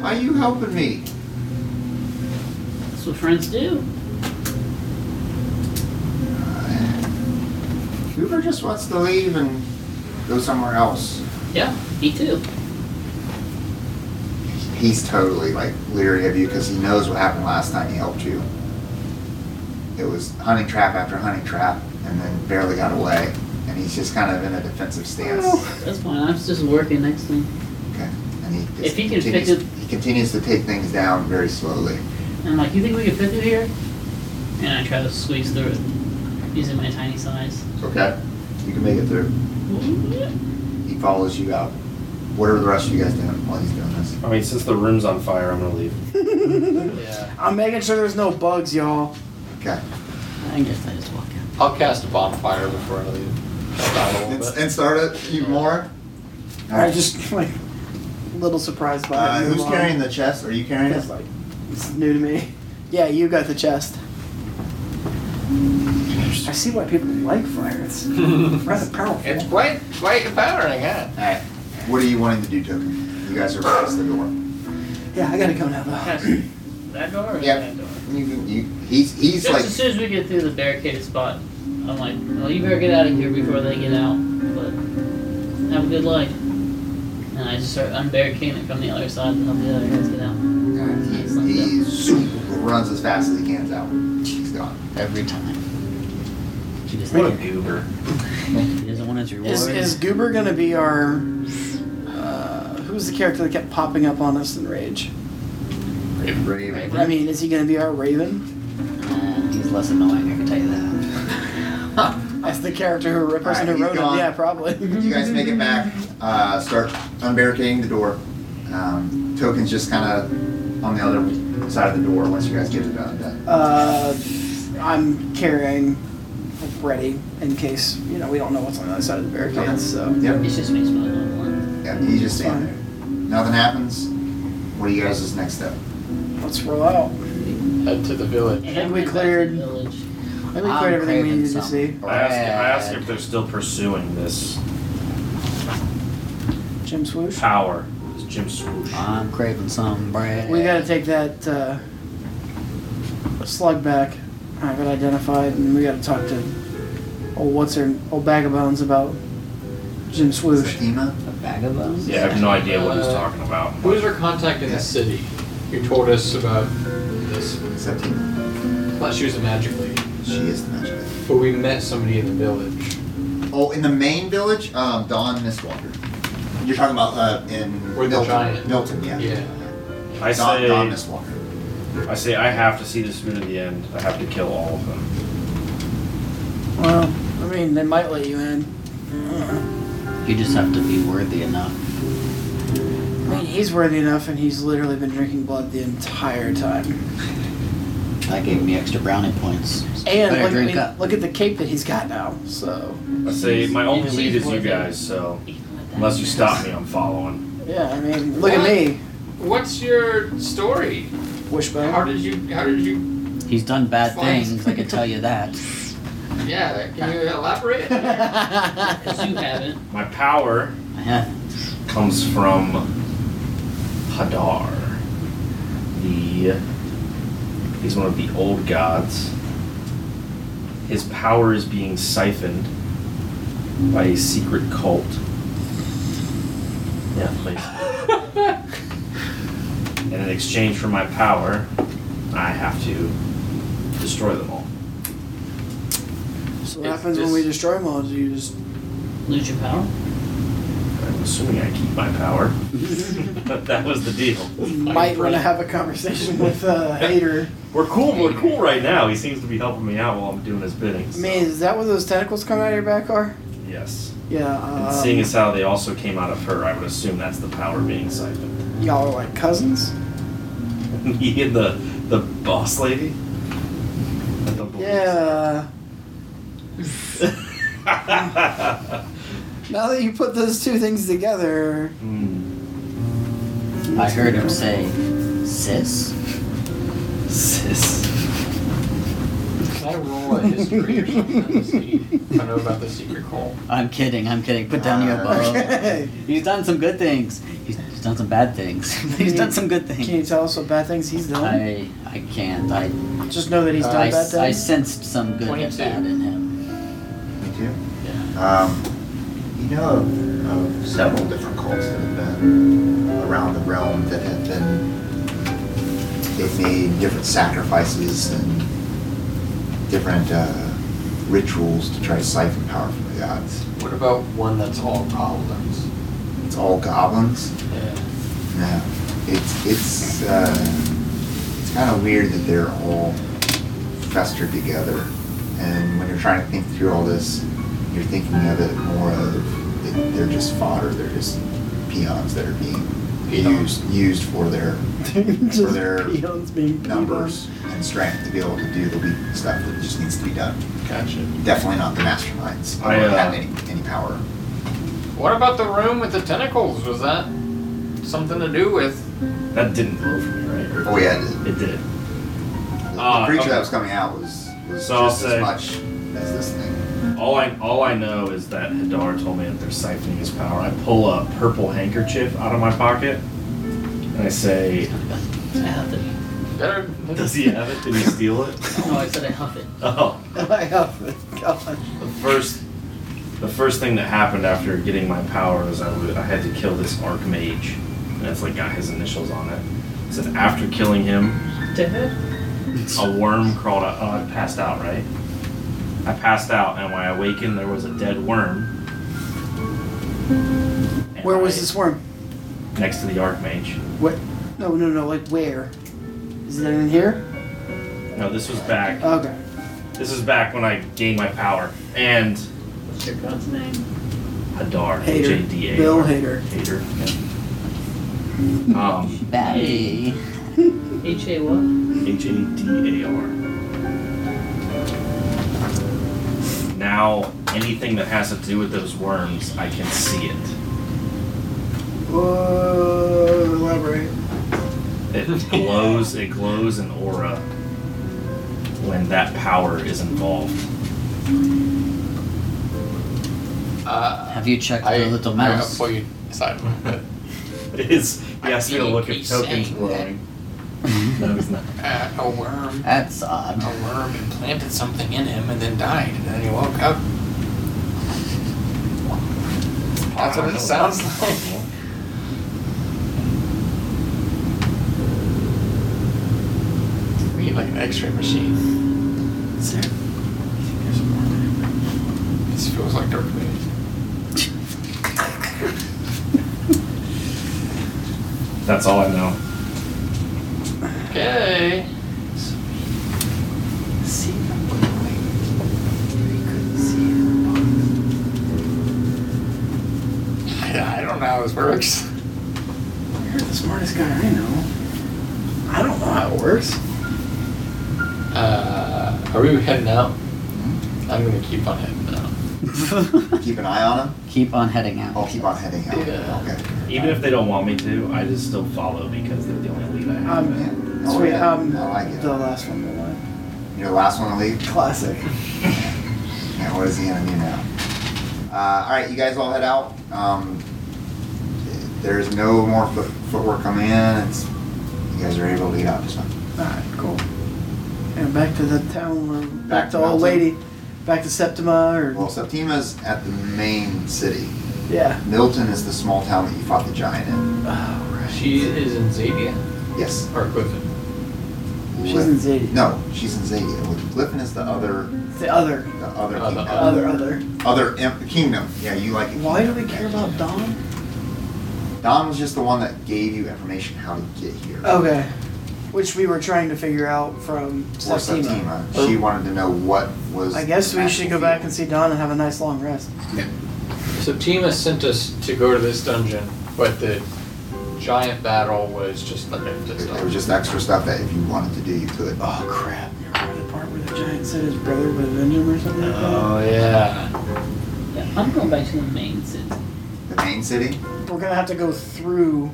[SPEAKER 2] Why are you helping me?
[SPEAKER 6] that's what friends do.
[SPEAKER 2] Hoover just wants to leave and go somewhere else.
[SPEAKER 6] Yeah, me too.
[SPEAKER 2] he's totally like leery of you because he knows what happened last time he helped you. It was hunting trap after hunting trap, and then barely got away. And he's just kind of in a defensive stance.
[SPEAKER 7] Oh.
[SPEAKER 6] That's fine. I'm just working next thing.
[SPEAKER 2] Okay. And he just
[SPEAKER 6] If he can
[SPEAKER 2] continues,
[SPEAKER 6] fix it-
[SPEAKER 2] he continues to take things down very slowly.
[SPEAKER 6] And I'm like, you think we can fit through here? And I try to squeeze through it using my tiny size.
[SPEAKER 2] Okay. You can make it through. He follows you out. What are the rest of you guys doing while he's doing this?
[SPEAKER 5] I mean, since the room's on fire, I'm gonna leave.
[SPEAKER 8] Yeah.
[SPEAKER 7] I'm making sure there's no bugs, y'all.
[SPEAKER 2] Okay.
[SPEAKER 4] I guess I just walk out.
[SPEAKER 8] I'll cast a bonfire before I leave. Help out a
[SPEAKER 2] And,
[SPEAKER 8] little bit.
[SPEAKER 2] and start it even more. All
[SPEAKER 7] I'm
[SPEAKER 2] right.
[SPEAKER 7] just like a little surprised by
[SPEAKER 2] Uh,
[SPEAKER 7] it.
[SPEAKER 2] who's
[SPEAKER 7] Move on.
[SPEAKER 2] carrying the chest? Are you carrying it?
[SPEAKER 7] It's new to me. Yeah, you got the chest. I see why people like fire. It's rather powerful.
[SPEAKER 8] It's quite, quite empowering, huh?
[SPEAKER 2] All right. What are you wanting to do, Toby? You guys are past the door.
[SPEAKER 7] Yeah, I gotta go now though.
[SPEAKER 6] that door or
[SPEAKER 2] Yep.
[SPEAKER 6] that door?
[SPEAKER 2] You, you, he's he's
[SPEAKER 6] Just
[SPEAKER 2] like
[SPEAKER 6] as soon as we get through the barricaded spot, I'm like, well, you better get out of here before they get out. But have a good life. And I just start unbarricading it from the other side and help the other guys get out.
[SPEAKER 2] he's, he zoom, runs as fast as he can out. He's gone.
[SPEAKER 4] Every time. She just
[SPEAKER 5] What a goober.
[SPEAKER 4] he doesn't want his reward.
[SPEAKER 7] Is, is Goober gonna be our? Uh, who's the character that kept popping up on us in Rage?
[SPEAKER 2] Raven.
[SPEAKER 7] I mean, is he gonna be our Raven?
[SPEAKER 4] Uh, he's less annoying, I can tell you that.
[SPEAKER 7] As the character who, person
[SPEAKER 2] Alright,
[SPEAKER 7] who
[SPEAKER 2] he's
[SPEAKER 7] wrote
[SPEAKER 2] gone.
[SPEAKER 7] him? Yeah, probably.
[SPEAKER 2] You guys make it back. Uh, start unbarricading the door. Um, Token's just kind of on the other side of the door once you guys get it done. done.
[SPEAKER 7] Uh, I'm carrying ready in case you know we don't know what's on the other side of the barricades. So
[SPEAKER 2] Yep.
[SPEAKER 6] It's just me smiling one.
[SPEAKER 2] Yeah, you just stand there. Nothing happens. What do you guys' next step?
[SPEAKER 7] let's roll out.
[SPEAKER 8] Head to the village.
[SPEAKER 7] think we cleared-
[SPEAKER 6] Village.
[SPEAKER 7] I think we
[SPEAKER 4] I'm
[SPEAKER 7] cleared everything we
[SPEAKER 4] craving
[SPEAKER 7] needed
[SPEAKER 4] some.
[SPEAKER 7] to see.
[SPEAKER 5] I ask, I ask if they're still pursuing this
[SPEAKER 7] Jim Swoosh.
[SPEAKER 5] power, this Jim Swoosh.
[SPEAKER 4] I'm craving some bread.
[SPEAKER 7] We gotta take that uh, slug back. I got identified, and we gotta talk to old what's her old bag of bones about Jim Swoosh.
[SPEAKER 2] Fatima?
[SPEAKER 4] a bag of those.
[SPEAKER 5] Yeah, I have no idea what he's
[SPEAKER 8] Uh,
[SPEAKER 5] talking about.
[SPEAKER 8] Who's our contact in the city who told us about this?
[SPEAKER 2] Septima.
[SPEAKER 8] I thought she was a magic lady,
[SPEAKER 2] She is the magic. lady.
[SPEAKER 8] but we met somebody in the village
[SPEAKER 2] Oh, in the main village, um, Dawn Mistwalker. You're talking about uh, in
[SPEAKER 8] Where the
[SPEAKER 2] Milton.
[SPEAKER 8] giant-
[SPEAKER 2] Milton, yeah.
[SPEAKER 8] Yeah.
[SPEAKER 5] I
[SPEAKER 2] Dawn, Dawn
[SPEAKER 5] say,
[SPEAKER 2] Mistwalker.
[SPEAKER 5] I say, I have to see this through to the end. I have to kill all of them.
[SPEAKER 7] Well, I mean, they might let you in.
[SPEAKER 4] You just have to be worthy enough.
[SPEAKER 7] I mean, he's worthy enough, and he's literally been drinking blood the entire time.
[SPEAKER 4] That gave me extra brownie points. So
[SPEAKER 7] And
[SPEAKER 4] better
[SPEAKER 7] look, I
[SPEAKER 4] drink
[SPEAKER 7] mean,
[SPEAKER 4] up.
[SPEAKER 7] look at the cape that he's got now. So
[SPEAKER 5] I say, my only
[SPEAKER 6] She's
[SPEAKER 5] lead is you
[SPEAKER 6] worthy.
[SPEAKER 5] guys, so
[SPEAKER 6] Even with that
[SPEAKER 5] unless you
[SPEAKER 6] mess.
[SPEAKER 5] stop me, I'm following.
[SPEAKER 7] yeah, I mean, look at
[SPEAKER 8] What?
[SPEAKER 7] me,
[SPEAKER 8] What's your story? How
[SPEAKER 7] wishbone.
[SPEAKER 8] did you? How did you?
[SPEAKER 4] He's done bad
[SPEAKER 8] Fine.
[SPEAKER 4] things. I can tell you that.
[SPEAKER 8] Yeah. Can you elaborate?
[SPEAKER 6] Because you haven't.
[SPEAKER 5] My power
[SPEAKER 4] Yeah.
[SPEAKER 5] comes from Hadar. The he's one of the old gods. His power is being siphoned by a secret cult. Yeah, please. and in exchange for my power, I have to destroy them all.
[SPEAKER 7] So what
[SPEAKER 5] It's
[SPEAKER 7] happens when
[SPEAKER 5] just-
[SPEAKER 7] we destroy them all? Is you just
[SPEAKER 6] Lose your power?
[SPEAKER 5] I'm assuming I keep my power. but that was the deal.
[SPEAKER 7] might want to have a conversation with uh, Hater.
[SPEAKER 5] We're cool. We're cool right now. He seems to be helping me out while I'm doing his bidding.
[SPEAKER 7] I
[SPEAKER 5] so-
[SPEAKER 7] mean, is that what those tentacles come out of your back are?
[SPEAKER 5] Yes.
[SPEAKER 7] Yeah.
[SPEAKER 5] And
[SPEAKER 7] Um,
[SPEAKER 5] seeing as how they also came out of her, I would assume that's the power being siphoned.
[SPEAKER 7] y'all are like cousins.
[SPEAKER 5] Me and the the boss lady. At the police.
[SPEAKER 7] Yeah. Now that you put those two things together,
[SPEAKER 5] Hmm.
[SPEAKER 4] I heard him say, "Sis."
[SPEAKER 5] Sis.
[SPEAKER 8] Can I roll a history or something to see if I know about the secret cult?
[SPEAKER 4] I'm kidding. I'm kidding. Put down your bow.
[SPEAKER 7] Uh, okay.
[SPEAKER 4] He's done some good things. He's, he's done some bad things. he's done some good things.
[SPEAKER 7] Can you tell us what bad things he's done?
[SPEAKER 4] I I can't. I
[SPEAKER 7] Just know that he's done
[SPEAKER 4] I,
[SPEAKER 7] bad
[SPEAKER 4] I
[SPEAKER 7] things.
[SPEAKER 4] sensed some good and
[SPEAKER 8] 22.
[SPEAKER 4] bad in him.
[SPEAKER 2] Me too.
[SPEAKER 4] Yeah.
[SPEAKER 2] Um, you know of, of several different cults that have been around the realm that have been they've made different sacrifices and different uh, rituals to try to siphon power from the gods.
[SPEAKER 8] What about one that's all goblins?
[SPEAKER 2] It's all goblins.
[SPEAKER 8] Yeah.
[SPEAKER 2] No, it's it's uh, it's kind of weird that they're all festered together. And when you're trying to think through all this, you're thinking of it more of that they're just fodder. They're just peons that are being
[SPEAKER 8] Peons.
[SPEAKER 2] used used for their
[SPEAKER 7] Just
[SPEAKER 2] for their
[SPEAKER 7] peons being peons.
[SPEAKER 2] numbers and strength to be able to do the weak stuff that just needs to be done.
[SPEAKER 8] Gotcha.
[SPEAKER 2] Definitely not the masterminds.
[SPEAKER 5] I,
[SPEAKER 2] I don't
[SPEAKER 5] uh,
[SPEAKER 2] have any any power.
[SPEAKER 8] What about the room with the tentacles? Was that something to do with?
[SPEAKER 5] That didn't blow for me, right?
[SPEAKER 2] Oh yeah, the,
[SPEAKER 5] It did.
[SPEAKER 2] the
[SPEAKER 5] Ah,
[SPEAKER 2] creature
[SPEAKER 5] okay.
[SPEAKER 2] that was coming out was was
[SPEAKER 5] So I'll
[SPEAKER 2] just
[SPEAKER 5] say-
[SPEAKER 2] as much as this thing.
[SPEAKER 5] All I all I know is that Hadar told me that they're siphoning his power. I pull a purple handkerchief out of my pocket and I say,
[SPEAKER 6] I huff it.
[SPEAKER 8] Better.
[SPEAKER 5] "Does he have it? Did he steal it?"
[SPEAKER 6] No, I said I huff it.
[SPEAKER 5] Oh,
[SPEAKER 7] I have God.
[SPEAKER 5] the first the first thing that happened after getting my power was I, would, I had to kill this archmage, and that's like got his initials on it. It says after killing him,
[SPEAKER 6] Dead?
[SPEAKER 5] a worm crawled out. Oh, I passed out, right? I passed out, and when I awakened, there was a dead worm. And
[SPEAKER 7] Where was
[SPEAKER 5] I-
[SPEAKER 7] this worm?
[SPEAKER 5] Next to the archmage.
[SPEAKER 7] What? No, no, no. Like where? Is it in here?
[SPEAKER 5] No, this was back.
[SPEAKER 7] Okay.
[SPEAKER 5] This is back when I gained my power. And
[SPEAKER 6] What's your god's name?
[SPEAKER 5] Hadar.
[SPEAKER 7] Hater.
[SPEAKER 5] H-A-D-A-R.
[SPEAKER 7] Bill Hader.
[SPEAKER 5] Hader, yeah. Um,
[SPEAKER 4] Batty.
[SPEAKER 6] H A what?
[SPEAKER 5] H A D A R. Now, anything that has to do with those worms, I can see it.
[SPEAKER 7] Whoa, elaborate.
[SPEAKER 5] It glows. It glows an aura when that power is involved.
[SPEAKER 8] Uh,
[SPEAKER 4] Have you checked
[SPEAKER 8] I,
[SPEAKER 4] the little
[SPEAKER 8] I'm gonna
[SPEAKER 4] mouse?
[SPEAKER 8] pull you aside.
[SPEAKER 5] It is. He asked me to look at
[SPEAKER 6] He's
[SPEAKER 5] tokens
[SPEAKER 6] saying
[SPEAKER 5] glowing. No, he's not.
[SPEAKER 8] uh, a worm.
[SPEAKER 4] Mm-hmm. That's odd.
[SPEAKER 8] A worm implanted something in him and then died, and then he woke up. That's what it sounds like. We need like an X-ray machine.
[SPEAKER 4] Is there?
[SPEAKER 8] This feels like dark moon.
[SPEAKER 5] That's all I know.
[SPEAKER 8] Okay.
[SPEAKER 6] See from the You couldn't see her bottom.
[SPEAKER 8] Yeah, I don't know how this works.
[SPEAKER 7] You're the smartest guy I know. I don't know how it works.
[SPEAKER 8] Uh, are we heading out?
[SPEAKER 7] Hmm?
[SPEAKER 8] I'm gonna keep on heading out.
[SPEAKER 2] Keep an eye on him.
[SPEAKER 4] Keep on heading out.
[SPEAKER 2] I'll keep on heading out.
[SPEAKER 8] Yeah.
[SPEAKER 2] Okay.
[SPEAKER 5] Even if they don't want me to, I just still follow because they're the only lead I have.
[SPEAKER 7] Um,
[SPEAKER 2] Yeah. Oh,
[SPEAKER 7] sweet. Um,
[SPEAKER 2] I like it.
[SPEAKER 7] the last one, the one.
[SPEAKER 2] You're the last one to leave.
[SPEAKER 7] Classic.
[SPEAKER 2] Yeah, what is he gonna do now? Uh, all right, you guys all head out. Um, there's no more foot, footwork coming in. It's, you guys are able to get out just fine.
[SPEAKER 7] Alright, cool. And back to the town, or back,
[SPEAKER 2] Back
[SPEAKER 7] to Oh.
[SPEAKER 2] to
[SPEAKER 7] old
[SPEAKER 2] mountain.
[SPEAKER 7] lady, back to Septima, or
[SPEAKER 2] Well, Septima's at the main city.
[SPEAKER 7] yeah.
[SPEAKER 2] Milton is the small town that you fought the giant in.
[SPEAKER 7] Oh, right.
[SPEAKER 8] She is in Zadia
[SPEAKER 2] Yes.
[SPEAKER 8] or Clifton.
[SPEAKER 7] She's in Zadia.
[SPEAKER 2] No, she's in Zadia. Clifton is the other,
[SPEAKER 7] The other,
[SPEAKER 2] the other
[SPEAKER 8] Oh, the
[SPEAKER 2] kingdom.
[SPEAKER 7] other, other.
[SPEAKER 2] Other imp- kingdom. Yeah, you like. it.
[SPEAKER 7] Why do we care about Don?
[SPEAKER 2] Don was just the one that gave you information how to get here.
[SPEAKER 7] Okay. Which we were trying to figure out from
[SPEAKER 2] Or
[SPEAKER 7] Septima. Oh.
[SPEAKER 2] Septima. She wanted to know what was.
[SPEAKER 7] I guess
[SPEAKER 2] the
[SPEAKER 7] we should
[SPEAKER 2] actual
[SPEAKER 7] go back
[SPEAKER 2] field.
[SPEAKER 7] and see Don and have a nice long rest.
[SPEAKER 8] Septima sent us to go to this dungeon, but the giant battle was just like a just
[SPEAKER 2] There
[SPEAKER 8] a-
[SPEAKER 2] was just extra stuff that if you wanted to do, you could.
[SPEAKER 7] Oh crap! You remember the part where the giant said his brother would avenge him or something?
[SPEAKER 8] Oh yeah.
[SPEAKER 6] Yeah, I'm going back to the main city.
[SPEAKER 2] The main city?
[SPEAKER 7] like that? We're gonna have to go through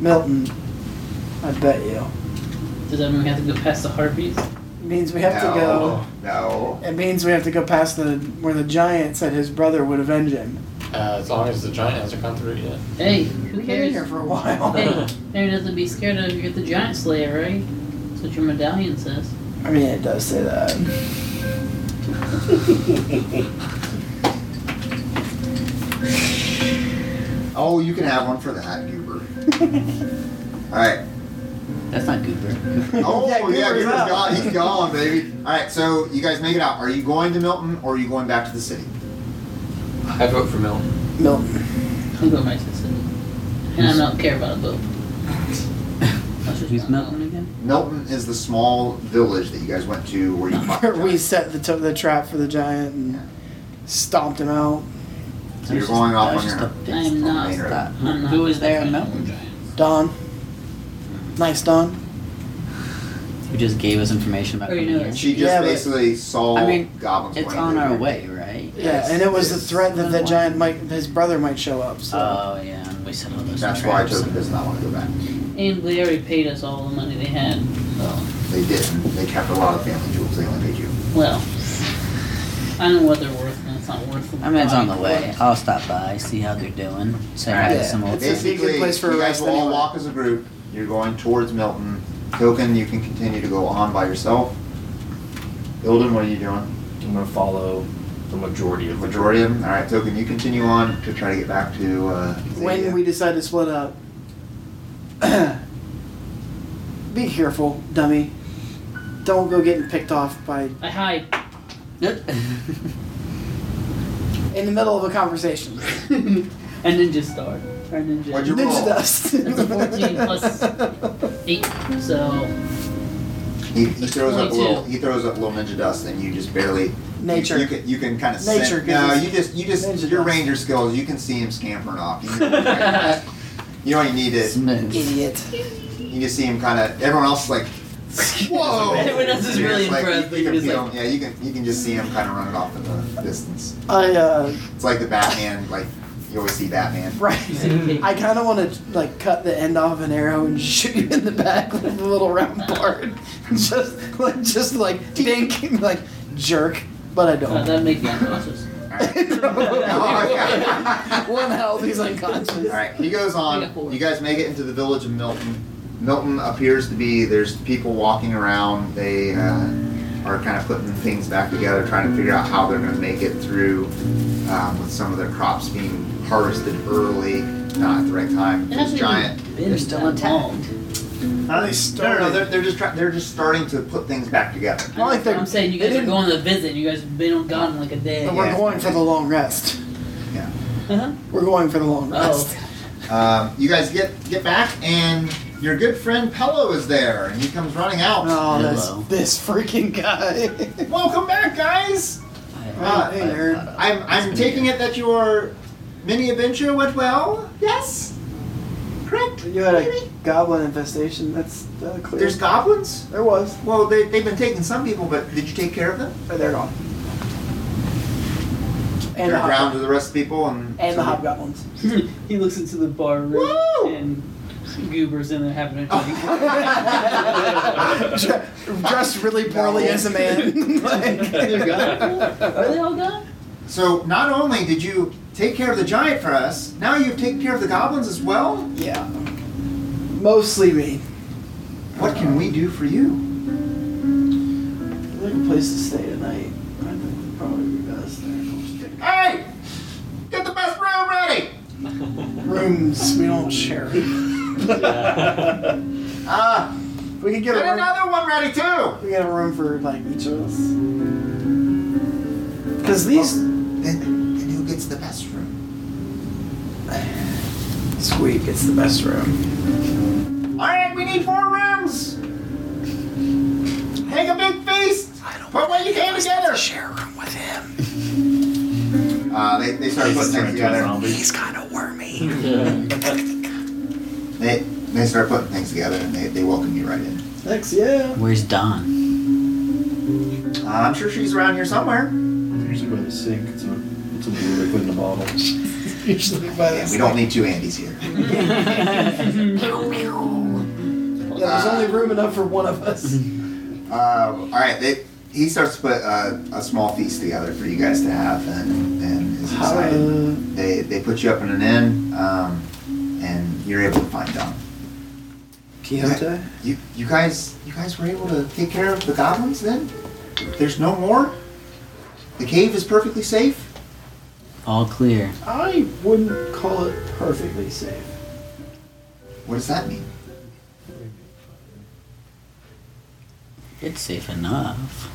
[SPEAKER 7] Milton. I bet you.
[SPEAKER 6] Does that mean we have to go past the Harpies?
[SPEAKER 7] means we have
[SPEAKER 2] no.
[SPEAKER 7] to go.
[SPEAKER 2] No.
[SPEAKER 7] It means we have to go past the where the giant said his brother would avenge him.
[SPEAKER 8] Uh, as long as the giant hasn't gone through it yet.
[SPEAKER 6] Hey, who
[SPEAKER 7] We've been here
[SPEAKER 6] cares?
[SPEAKER 7] for a while.
[SPEAKER 6] Hey, there nothing to be scared of. You're the Giant Slayer, right? That's what your medallion says.
[SPEAKER 7] I mean, it does say that.
[SPEAKER 2] Oh, you can have one for that, Goober. Alright.
[SPEAKER 4] That's not Goober.
[SPEAKER 2] Oh, yeah,
[SPEAKER 7] Goober's
[SPEAKER 2] Goober's
[SPEAKER 7] out.
[SPEAKER 2] gone. He's gone, baby. Alright, so you guys make it out. Are you going to Milton or are you going back to the city?
[SPEAKER 8] I vote for Mill.
[SPEAKER 7] Milton.
[SPEAKER 6] I'm going back to the city. And I don't care about a boat. That's just
[SPEAKER 4] Who's
[SPEAKER 6] not
[SPEAKER 4] Milton
[SPEAKER 6] going.
[SPEAKER 4] again?
[SPEAKER 2] Milton is the small village that you guys went to where you fought. the
[SPEAKER 7] Where we
[SPEAKER 2] giant.
[SPEAKER 7] set the to the trap for the giant and stomped him out.
[SPEAKER 2] So you're going off on
[SPEAKER 4] That's
[SPEAKER 2] your
[SPEAKER 4] just a
[SPEAKER 2] own.
[SPEAKER 4] big
[SPEAKER 6] I'm
[SPEAKER 4] stop.
[SPEAKER 6] not.
[SPEAKER 2] later.
[SPEAKER 4] That-
[SPEAKER 6] I'm not
[SPEAKER 4] Who is there in
[SPEAKER 6] going.
[SPEAKER 4] Milton?
[SPEAKER 7] Don. Nice Don.
[SPEAKER 4] Who just gave us information about
[SPEAKER 6] Oh, you
[SPEAKER 4] coming
[SPEAKER 6] know.
[SPEAKER 4] here?
[SPEAKER 2] She just
[SPEAKER 7] Yeah, but-
[SPEAKER 2] basically saw
[SPEAKER 4] I mean,
[SPEAKER 2] goblins.
[SPEAKER 4] It's
[SPEAKER 2] going
[SPEAKER 4] on
[SPEAKER 2] through.
[SPEAKER 4] our way, right?
[SPEAKER 7] Yeah, and it was the
[SPEAKER 2] yes.
[SPEAKER 7] threat that the giant might his brother might show up. So
[SPEAKER 4] Oh yeah, and we set all those
[SPEAKER 2] That's why
[SPEAKER 4] traps.
[SPEAKER 2] Toby does not want to go back.
[SPEAKER 6] And they already paid us all the money they had. So,
[SPEAKER 2] They didn't. They kept a lot of family jewels. They only paid you.
[SPEAKER 6] well, I know what they're worth, and it's not worth.
[SPEAKER 4] I mean, it's on the
[SPEAKER 6] buying
[SPEAKER 4] way.
[SPEAKER 6] for.
[SPEAKER 4] I'll stop by, see how they're doing, say hi
[SPEAKER 7] Yeah.
[SPEAKER 4] to some old.
[SPEAKER 7] It's a
[SPEAKER 2] Basically,
[SPEAKER 7] good place for a
[SPEAKER 2] you guys
[SPEAKER 7] rest
[SPEAKER 2] will all
[SPEAKER 7] anyway.
[SPEAKER 2] walk as a group. You're going towards Milton. Token, you can continue to go on by yourself. Ilden, what are you doing?
[SPEAKER 5] I'm gonna follow the majority
[SPEAKER 2] The
[SPEAKER 5] of the
[SPEAKER 2] majority of them. All right, Token, you continue on to try to get back to. Uh,
[SPEAKER 7] when
[SPEAKER 2] Zadia.
[SPEAKER 7] we decide to split up, be careful, dummy. Don't go getting picked off by
[SPEAKER 6] I hide.
[SPEAKER 7] in the middle of a conversation.
[SPEAKER 6] I ninja star. Or ninja.
[SPEAKER 2] What'd you-
[SPEAKER 7] Ninja
[SPEAKER 2] roll.
[SPEAKER 7] dust.
[SPEAKER 6] That's a 14 plus- Eight. So
[SPEAKER 2] he, he throws up a
[SPEAKER 6] 22.
[SPEAKER 2] little. He throws up a little ninja dust, and you just barely.
[SPEAKER 7] Nature.
[SPEAKER 2] You, you can you can kind of
[SPEAKER 7] Nature
[SPEAKER 2] Sense,
[SPEAKER 7] gives
[SPEAKER 2] no,
[SPEAKER 7] us
[SPEAKER 2] you just you just
[SPEAKER 7] ninja
[SPEAKER 2] your
[SPEAKER 7] dust.
[SPEAKER 2] ranger skills.
[SPEAKER 6] uh,
[SPEAKER 2] You can see him scampering off. You know, you know you need it.
[SPEAKER 4] Smooth.
[SPEAKER 7] Idiot.
[SPEAKER 2] You just see him kind of. Everyone else is like, whoa.
[SPEAKER 4] Everyone else is really
[SPEAKER 2] It's like, you- you
[SPEAKER 4] impressed, but
[SPEAKER 2] can
[SPEAKER 4] you're just
[SPEAKER 2] feel
[SPEAKER 4] like-
[SPEAKER 2] him- yeah, you can you can just see him kind of running off in the distance.
[SPEAKER 7] I uh,
[SPEAKER 2] It's like the Batman. Like you always see Batman.
[SPEAKER 7] right. I kind of want to like cut the end off an arrow and shoot you in the back with a little round part, just like just like dink, like jerk. But I
[SPEAKER 6] Uh,
[SPEAKER 7] don't.
[SPEAKER 6] that'd make me unconscious.
[SPEAKER 2] Oh,
[SPEAKER 7] One health, he's unconscious.
[SPEAKER 2] All right, he goes
[SPEAKER 6] I got
[SPEAKER 2] on.
[SPEAKER 6] four.
[SPEAKER 2] You guys make it into the village of Milton. Milton appears to be there's people walking around. They uh, are kind of putting things back together, trying to figure out how they're going to make it through um, with some of their crops being harvested early, not at the right time.
[SPEAKER 6] It
[SPEAKER 2] This
[SPEAKER 6] hasn't
[SPEAKER 2] giant.
[SPEAKER 6] even been
[SPEAKER 4] still
[SPEAKER 6] that
[SPEAKER 4] intact.
[SPEAKER 6] long.
[SPEAKER 7] How they
[SPEAKER 2] No, no, no, they're, they're just try- they're just starting to put things back together.
[SPEAKER 6] I know,
[SPEAKER 7] like they-
[SPEAKER 6] I'm saying you
[SPEAKER 7] they
[SPEAKER 6] guys are
[SPEAKER 7] didn't-
[SPEAKER 6] going to visit. and You guys have been on gone like a day.
[SPEAKER 7] But we're
[SPEAKER 2] Yeah.
[SPEAKER 7] going for the long rest.
[SPEAKER 6] Uh-huh.
[SPEAKER 7] We're going for the long rest.
[SPEAKER 6] Oh,
[SPEAKER 2] Um, you guys get get back, and your good friend Pello is there, and he comes running out.
[SPEAKER 7] Oh,
[SPEAKER 4] Hello.
[SPEAKER 7] this this freaking guy.
[SPEAKER 2] Welcome back, guys.
[SPEAKER 7] Ah, hey, nerd.
[SPEAKER 2] I'm, I'm taking it that your mini adventure went well? Yes? Correct?
[SPEAKER 7] You had a
[SPEAKER 2] Maybe?
[SPEAKER 7] goblin infestation. That's uh, clear.
[SPEAKER 2] There's goblins?
[SPEAKER 7] there was.
[SPEAKER 2] Well, they, they've been taking some people, but did you take care of them?
[SPEAKER 7] Oh, they're gone. And
[SPEAKER 2] They're
[SPEAKER 7] the,
[SPEAKER 2] ground
[SPEAKER 7] hobgoblins.
[SPEAKER 2] to the rest of the people and.
[SPEAKER 7] and the hobgoblins.
[SPEAKER 6] Oh. he looks into the bar room
[SPEAKER 2] Woo!
[SPEAKER 6] and goobers in there having a drink.
[SPEAKER 7] Dressed really poorly as a man.
[SPEAKER 6] They're
[SPEAKER 7] Like-
[SPEAKER 6] gone. Are they all gone?
[SPEAKER 2] So, not only did you take care of the giant for us, now you've taken care of the goblins as well?
[SPEAKER 7] yeah. Mostly me.
[SPEAKER 2] What can we do for you?
[SPEAKER 7] There's like a place to stay tonight. I think would probably be best. there.
[SPEAKER 2] Hey! Get the best room ready!
[SPEAKER 7] Rooms we don't share.
[SPEAKER 2] Uh,
[SPEAKER 7] We could get
[SPEAKER 2] get
[SPEAKER 7] a room.
[SPEAKER 2] another one ready too!
[SPEAKER 7] We got a room for like each of us. Cause these
[SPEAKER 2] Oh. Then, then who gets the best room?
[SPEAKER 7] squeak, it's the best room.
[SPEAKER 2] Alright, we need four rooms! Hang a big feast!
[SPEAKER 7] I don't
[SPEAKER 2] Put what you can together!
[SPEAKER 7] share a room with him.
[SPEAKER 2] Uh, they, they start putting things together.
[SPEAKER 7] He's kind of wormy.
[SPEAKER 2] They, they start putting things together and they, they welcome you right in.
[SPEAKER 7] Thanks, yeah.
[SPEAKER 4] Where's Don?
[SPEAKER 2] Uh, I'm sure she's around here somewhere.
[SPEAKER 9] Usually by the sink, it's a, it's a blue liquid in a bottle.
[SPEAKER 7] Usually by
[SPEAKER 2] Yeah,
[SPEAKER 7] this.
[SPEAKER 2] we don't need two Andys here.
[SPEAKER 7] Yeah, there's only room enough for one of us.
[SPEAKER 2] Uh, Alright, they, he starts to put uh, a small feast together for you guys to have and, and is
[SPEAKER 7] How,
[SPEAKER 2] excited.
[SPEAKER 7] uh,
[SPEAKER 2] They, they put you up in an inn um, and you're able to find Dom.
[SPEAKER 7] Quixote?
[SPEAKER 2] You, you guys you guys were able to take care of the goblins then? There's no more? The cave is perfectly safe?
[SPEAKER 4] All clear.
[SPEAKER 7] I wouldn't call it perfectly safe.
[SPEAKER 2] What does that mean?
[SPEAKER 4] It's safe enough.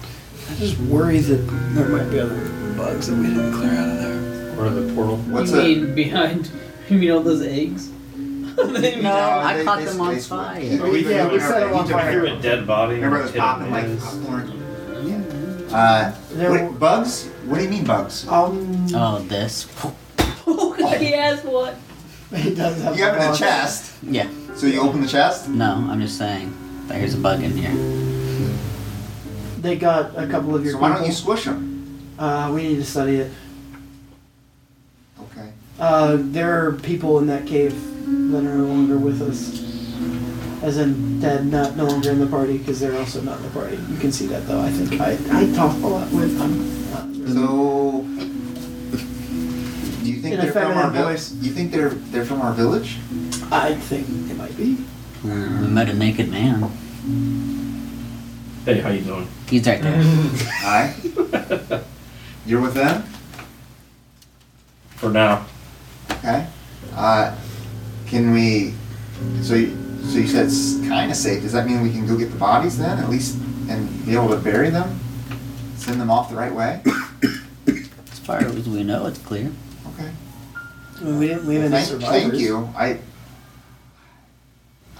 [SPEAKER 7] I just worry that there might be other bugs that we didn't clear out of there.
[SPEAKER 8] Or the portal.
[SPEAKER 2] What's
[SPEAKER 6] you
[SPEAKER 2] a
[SPEAKER 6] mean behind? You mean all those eggs? They-
[SPEAKER 4] No, I
[SPEAKER 2] they-
[SPEAKER 4] caught
[SPEAKER 2] they-
[SPEAKER 4] them
[SPEAKER 2] they-
[SPEAKER 4] on
[SPEAKER 2] they-
[SPEAKER 4] fire.
[SPEAKER 2] Yeah, we,
[SPEAKER 7] Yeah, we set them on
[SPEAKER 5] I
[SPEAKER 7] fire.
[SPEAKER 5] hear a dead body.
[SPEAKER 2] Remember it was
[SPEAKER 5] hit
[SPEAKER 2] popping
[SPEAKER 5] him
[SPEAKER 2] like
[SPEAKER 5] in the ass.
[SPEAKER 2] popcorn. Uh,
[SPEAKER 7] There
[SPEAKER 2] what-
[SPEAKER 7] were-
[SPEAKER 2] bugs? What do you mean bugs?
[SPEAKER 7] Um,
[SPEAKER 4] Oh, this.
[SPEAKER 6] he asked what?
[SPEAKER 7] he does have
[SPEAKER 2] You have it in
[SPEAKER 7] a
[SPEAKER 2] the chest,
[SPEAKER 4] Yeah.
[SPEAKER 2] so you open the chest.
[SPEAKER 4] No, I'm just saying. There's a bug in here.
[SPEAKER 7] They got a couple of your
[SPEAKER 2] So why don't you
[SPEAKER 7] people.
[SPEAKER 2] squish them?
[SPEAKER 7] Uh, we need to study it.
[SPEAKER 2] Okay.
[SPEAKER 7] Uh, there are people in that cave that are no longer with us. As in, dead, not no longer in the party because they're also not in the party. You can see that though. I think I I talk a lot with them. Uh,
[SPEAKER 2] So, do you think
[SPEAKER 7] In a
[SPEAKER 2] they're from our
[SPEAKER 7] feminine
[SPEAKER 2] village?
[SPEAKER 7] voice.
[SPEAKER 2] You think they're they're from our village?
[SPEAKER 7] I think it might be.
[SPEAKER 4] Uh, we met a naked man.
[SPEAKER 5] Hey, how you doing?
[SPEAKER 4] He's right there.
[SPEAKER 2] Hi. You're with them.
[SPEAKER 5] For now.
[SPEAKER 2] Okay. Uh, can we? So you, so you said it's kind of safe. Does that mean we can go get the bodies then, at least, and be able to bury them, send them off the right way?
[SPEAKER 4] As far as we know, it's clear.
[SPEAKER 2] Okay.
[SPEAKER 7] I mean, we didn't leave any
[SPEAKER 2] Thank,
[SPEAKER 7] survivors.
[SPEAKER 2] thank you. I.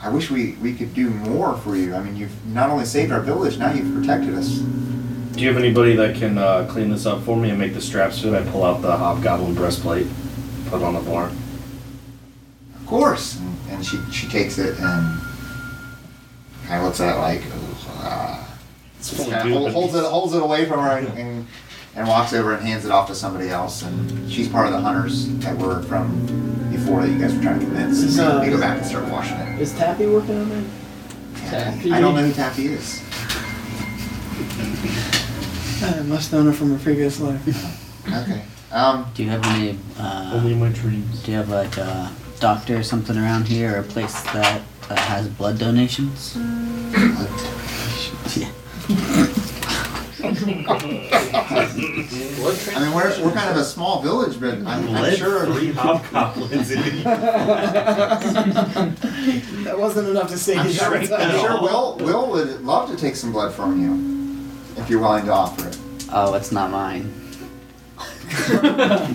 [SPEAKER 2] I wish we, we could do more for you. I mean, you've not only saved our village, now you've protected us.
[SPEAKER 5] Do you have anybody that can uh, clean this up for me and make the straps fit? I pull out the hobgoblin breastplate, put on the bar.
[SPEAKER 2] Of course. And, and she, she takes it and kind of looks at it like, uh,
[SPEAKER 5] It's
[SPEAKER 2] just kind of hold, holds it holds it away from her and, and and walks over and hands it off to somebody else. And she's part of the hunters that were from before that you guys were trying to convince.
[SPEAKER 7] Is,
[SPEAKER 2] So
[SPEAKER 7] uh,
[SPEAKER 2] they go back and start washing it.
[SPEAKER 7] Is Tappy working on that?
[SPEAKER 6] Taffy.
[SPEAKER 2] I don't know who Taffy is.
[SPEAKER 7] I must know her from a previous life.
[SPEAKER 2] Okay. Um,
[SPEAKER 4] Do you have any? Uh,
[SPEAKER 5] Only in my dreams.
[SPEAKER 4] do you have like a doctor or something around here, or a place that uh, has blood donations? Yeah.
[SPEAKER 8] Blood
[SPEAKER 2] I mean, we're, we're kind of a small village, but I'm, I'm
[SPEAKER 5] Let
[SPEAKER 2] sure.
[SPEAKER 5] Three hobgoblins in
[SPEAKER 7] That wasn't enough to say
[SPEAKER 2] I'm
[SPEAKER 7] he's
[SPEAKER 2] sure,
[SPEAKER 7] right.
[SPEAKER 2] I'm sure Will, Will would love to take some blood from you if you're willing to offer it.
[SPEAKER 4] Oh, it's not mine. Take a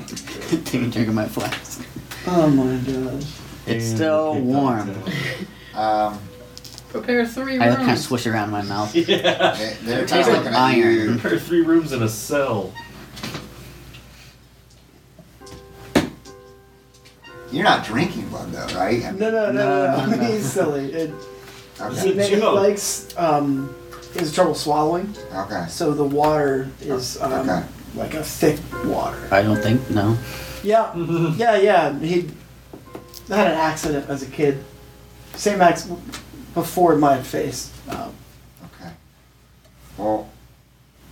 [SPEAKER 4] drink of my flask.
[SPEAKER 7] Oh my gosh.
[SPEAKER 4] It's
[SPEAKER 9] And
[SPEAKER 4] still
[SPEAKER 9] kick
[SPEAKER 4] warm.
[SPEAKER 9] that tail.
[SPEAKER 2] Um,
[SPEAKER 6] Prepare three
[SPEAKER 4] I kind of
[SPEAKER 6] rooms.
[SPEAKER 4] swish around my mouth.
[SPEAKER 5] Yeah.
[SPEAKER 2] they- they're kind of
[SPEAKER 4] Tastes like
[SPEAKER 2] looking at you.
[SPEAKER 4] iron.
[SPEAKER 5] Prepare three rooms in a cell.
[SPEAKER 2] You're not drinking blood, though, right? I mean,
[SPEAKER 7] No, no, no, no,
[SPEAKER 4] No,
[SPEAKER 7] no.
[SPEAKER 4] no, no.
[SPEAKER 7] He's silly. It,
[SPEAKER 2] Okay.
[SPEAKER 7] he, ma- he
[SPEAKER 5] joke.
[SPEAKER 7] likes, um, he has trouble swallowing,
[SPEAKER 2] Okay.
[SPEAKER 7] so the water is um,
[SPEAKER 2] Okay.
[SPEAKER 7] like a thick water. Mm-hmm.
[SPEAKER 4] I don't think no.
[SPEAKER 7] Yeah, yeah, yeah. He had an accident as a kid. Same accident before my face. Um,
[SPEAKER 2] Okay. Well,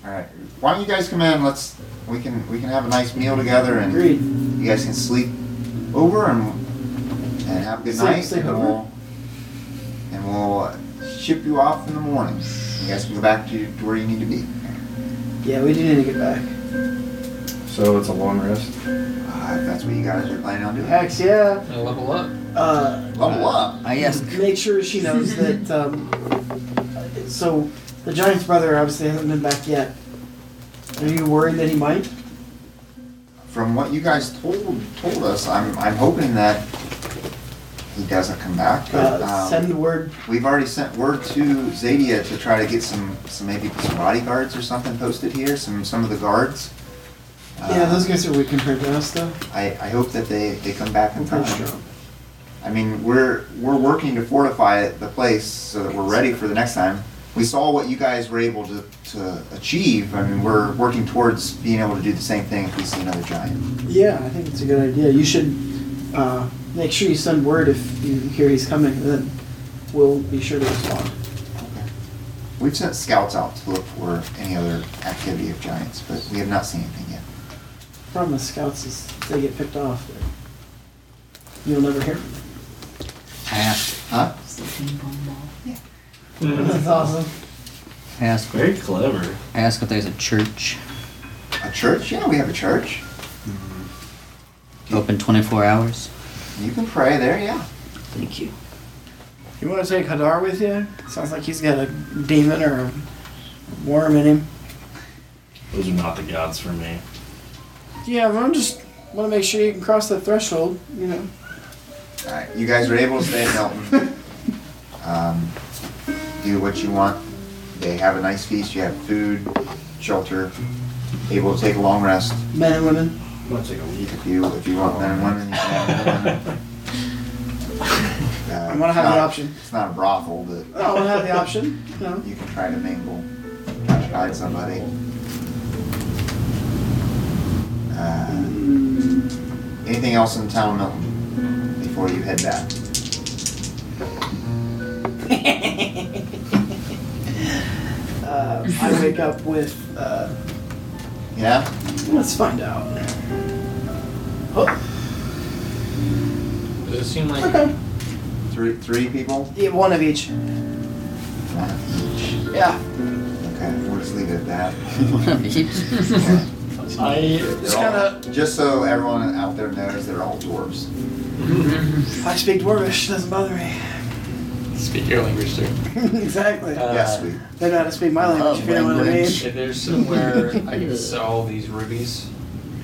[SPEAKER 2] all right. Why don't you guys come in? Let's we can we can have a nice meal together, and
[SPEAKER 7] agreed.
[SPEAKER 2] you guys can sleep over and and have a good
[SPEAKER 7] Sleep-
[SPEAKER 2] night.
[SPEAKER 7] sleep
[SPEAKER 2] and
[SPEAKER 7] over?
[SPEAKER 2] We'll, and we'll uh, ship you off in the morning. You guys can go back to, to where you need to be.
[SPEAKER 7] Yeah, we do need to get back.
[SPEAKER 9] So it's a long rest.
[SPEAKER 2] Uh, if that's what you guys are planning on doing.
[SPEAKER 7] Hex, yeah.
[SPEAKER 8] I level up.
[SPEAKER 7] Uh,
[SPEAKER 2] Level up.
[SPEAKER 4] I guess
[SPEAKER 7] make sure she knows that. Um, so, the giant's brother obviously hasn't been back yet. Are you worried that he might?
[SPEAKER 2] From what you guys told told us, I'm I'm hoping that he doesn't come back. But,
[SPEAKER 7] Uh,
[SPEAKER 2] um,
[SPEAKER 7] send word.
[SPEAKER 2] We've already sent word to Zadia to try to get some, some maybe some bodyguards or something posted here, some some of the guards. Uh,
[SPEAKER 7] yeah, those guys are weak compared to us, though.
[SPEAKER 2] I, I hope that they, they come back in
[SPEAKER 7] We're pretty
[SPEAKER 2] time.
[SPEAKER 7] strong.
[SPEAKER 2] I mean, we're we're working to fortify it- the place so that we're ready for the next time. We saw what you guys were able to, to achieve. I mean, we're working towards being able to do the same thing if we see another giant.
[SPEAKER 7] Yeah, I think it's a good idea. You should uh, make sure you send word if you hear he's coming, and then we'll be sure to respond.
[SPEAKER 2] We've sent scouts out to look for any other activity of giants, but we have not seen anything yet.
[SPEAKER 7] Problem with scouts is they get picked off. You'll never hear from them.
[SPEAKER 4] I asked.
[SPEAKER 2] Huh?
[SPEAKER 7] That's awesome.
[SPEAKER 4] I asked.
[SPEAKER 5] Very clever.
[SPEAKER 4] I asked if there's a church
[SPEAKER 2] A church? Yeah, we have a church.
[SPEAKER 4] open 24 hours.
[SPEAKER 2] You can pray there, yeah.
[SPEAKER 4] Thank you.
[SPEAKER 7] You want to take Hadar with you? Sounds like he's got a demon or a worm in him.
[SPEAKER 5] Those are not the gods for me.
[SPEAKER 7] Yeah, well, I'm just want to make sure you can cross the threshold. You know,
[SPEAKER 2] Alright, you guys were able to stay at Milton. um, do what you want. They have a nice feast. You have food, shelter, able to take a long rest.
[SPEAKER 7] men and women.
[SPEAKER 5] I'm gonna take a leak.
[SPEAKER 2] If you if you want men and women, you can have men and women. Uh,
[SPEAKER 7] I want to have
[SPEAKER 2] it's not-
[SPEAKER 7] an option.
[SPEAKER 2] It's not a brothel, but
[SPEAKER 7] I want to have the option. You know,
[SPEAKER 2] you can try to mingle, try to find somebody. Uh, anything else in town, Milton, before you head back?
[SPEAKER 7] uh, I wake up with. Uh,
[SPEAKER 2] Yeah?
[SPEAKER 7] let's find out. Oh,
[SPEAKER 8] Does it seem like
[SPEAKER 7] okay.
[SPEAKER 2] Three, three people?
[SPEAKER 7] Yeah, one of each.
[SPEAKER 2] One of each.
[SPEAKER 7] Yeah.
[SPEAKER 2] Okay, we'll just leave it at that.
[SPEAKER 8] I
[SPEAKER 2] Just kinda. Just so everyone out there knows, they're all dwarves.
[SPEAKER 7] I speak Dwarvish. Doesn't bother me.
[SPEAKER 8] speak your language too?
[SPEAKER 7] exactly.
[SPEAKER 8] Uh,
[SPEAKER 2] yes, we.
[SPEAKER 7] they know how to speak my language. If you know what I mean.
[SPEAKER 4] language.
[SPEAKER 8] If there's somewhere I can sell these rubies,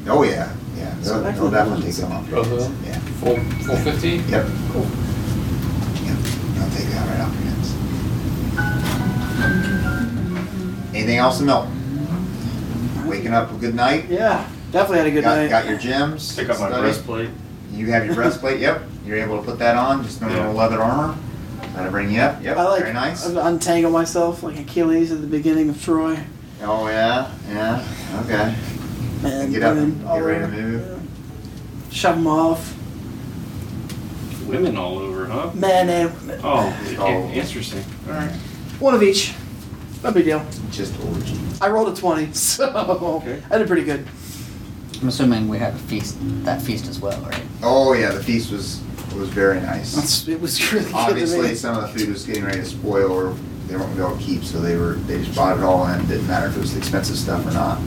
[SPEAKER 2] Oh yeah, yeah.
[SPEAKER 7] So
[SPEAKER 2] They'll,
[SPEAKER 7] back to
[SPEAKER 2] they'll
[SPEAKER 7] the
[SPEAKER 2] definitely
[SPEAKER 7] ones.
[SPEAKER 2] take them off. your
[SPEAKER 8] Both of
[SPEAKER 2] hands.
[SPEAKER 8] them?
[SPEAKER 2] Yeah.
[SPEAKER 8] full full fifty.
[SPEAKER 2] Yep. Cool. Yep. They'll take that right off your hands. Anything else to know? Waking up a good night.
[SPEAKER 7] Yeah, definitely had a good
[SPEAKER 2] got,
[SPEAKER 7] night.
[SPEAKER 2] got your gems.
[SPEAKER 5] Pick up my
[SPEAKER 2] study.
[SPEAKER 5] breastplate.
[SPEAKER 2] You have your breastplate. Yep. You're able to put that on. Just normal
[SPEAKER 5] Yeah.
[SPEAKER 2] leather armor. That'll bring you up. Yep.
[SPEAKER 7] I like
[SPEAKER 2] very nice.
[SPEAKER 7] untangle myself like Achilles at the beginning of Troy.
[SPEAKER 2] Oh yeah, yeah. Okay.
[SPEAKER 7] And
[SPEAKER 2] Get up.
[SPEAKER 7] then
[SPEAKER 2] Get
[SPEAKER 7] I'll uh,
[SPEAKER 2] ready to move.
[SPEAKER 7] shove them off.
[SPEAKER 5] Women all over, huh?
[SPEAKER 7] Man and women.
[SPEAKER 5] Oh,
[SPEAKER 2] Oh.
[SPEAKER 5] interesting. All right.
[SPEAKER 7] One of each. No big deal.
[SPEAKER 2] Just orgy.
[SPEAKER 7] I rolled a 20, so
[SPEAKER 5] Okay.
[SPEAKER 7] I did pretty good.
[SPEAKER 4] I'm assuming we have a feast, that feast as well, right?
[SPEAKER 2] Oh yeah, the feast was was very nice.
[SPEAKER 7] That's, it was really good to
[SPEAKER 2] Obviously,
[SPEAKER 7] me.
[SPEAKER 2] some of the food was getting ready to spoil, or they weren't going to be able to keep, so they were they just bought it all in. Didn't matter if it was expensive stuff or not.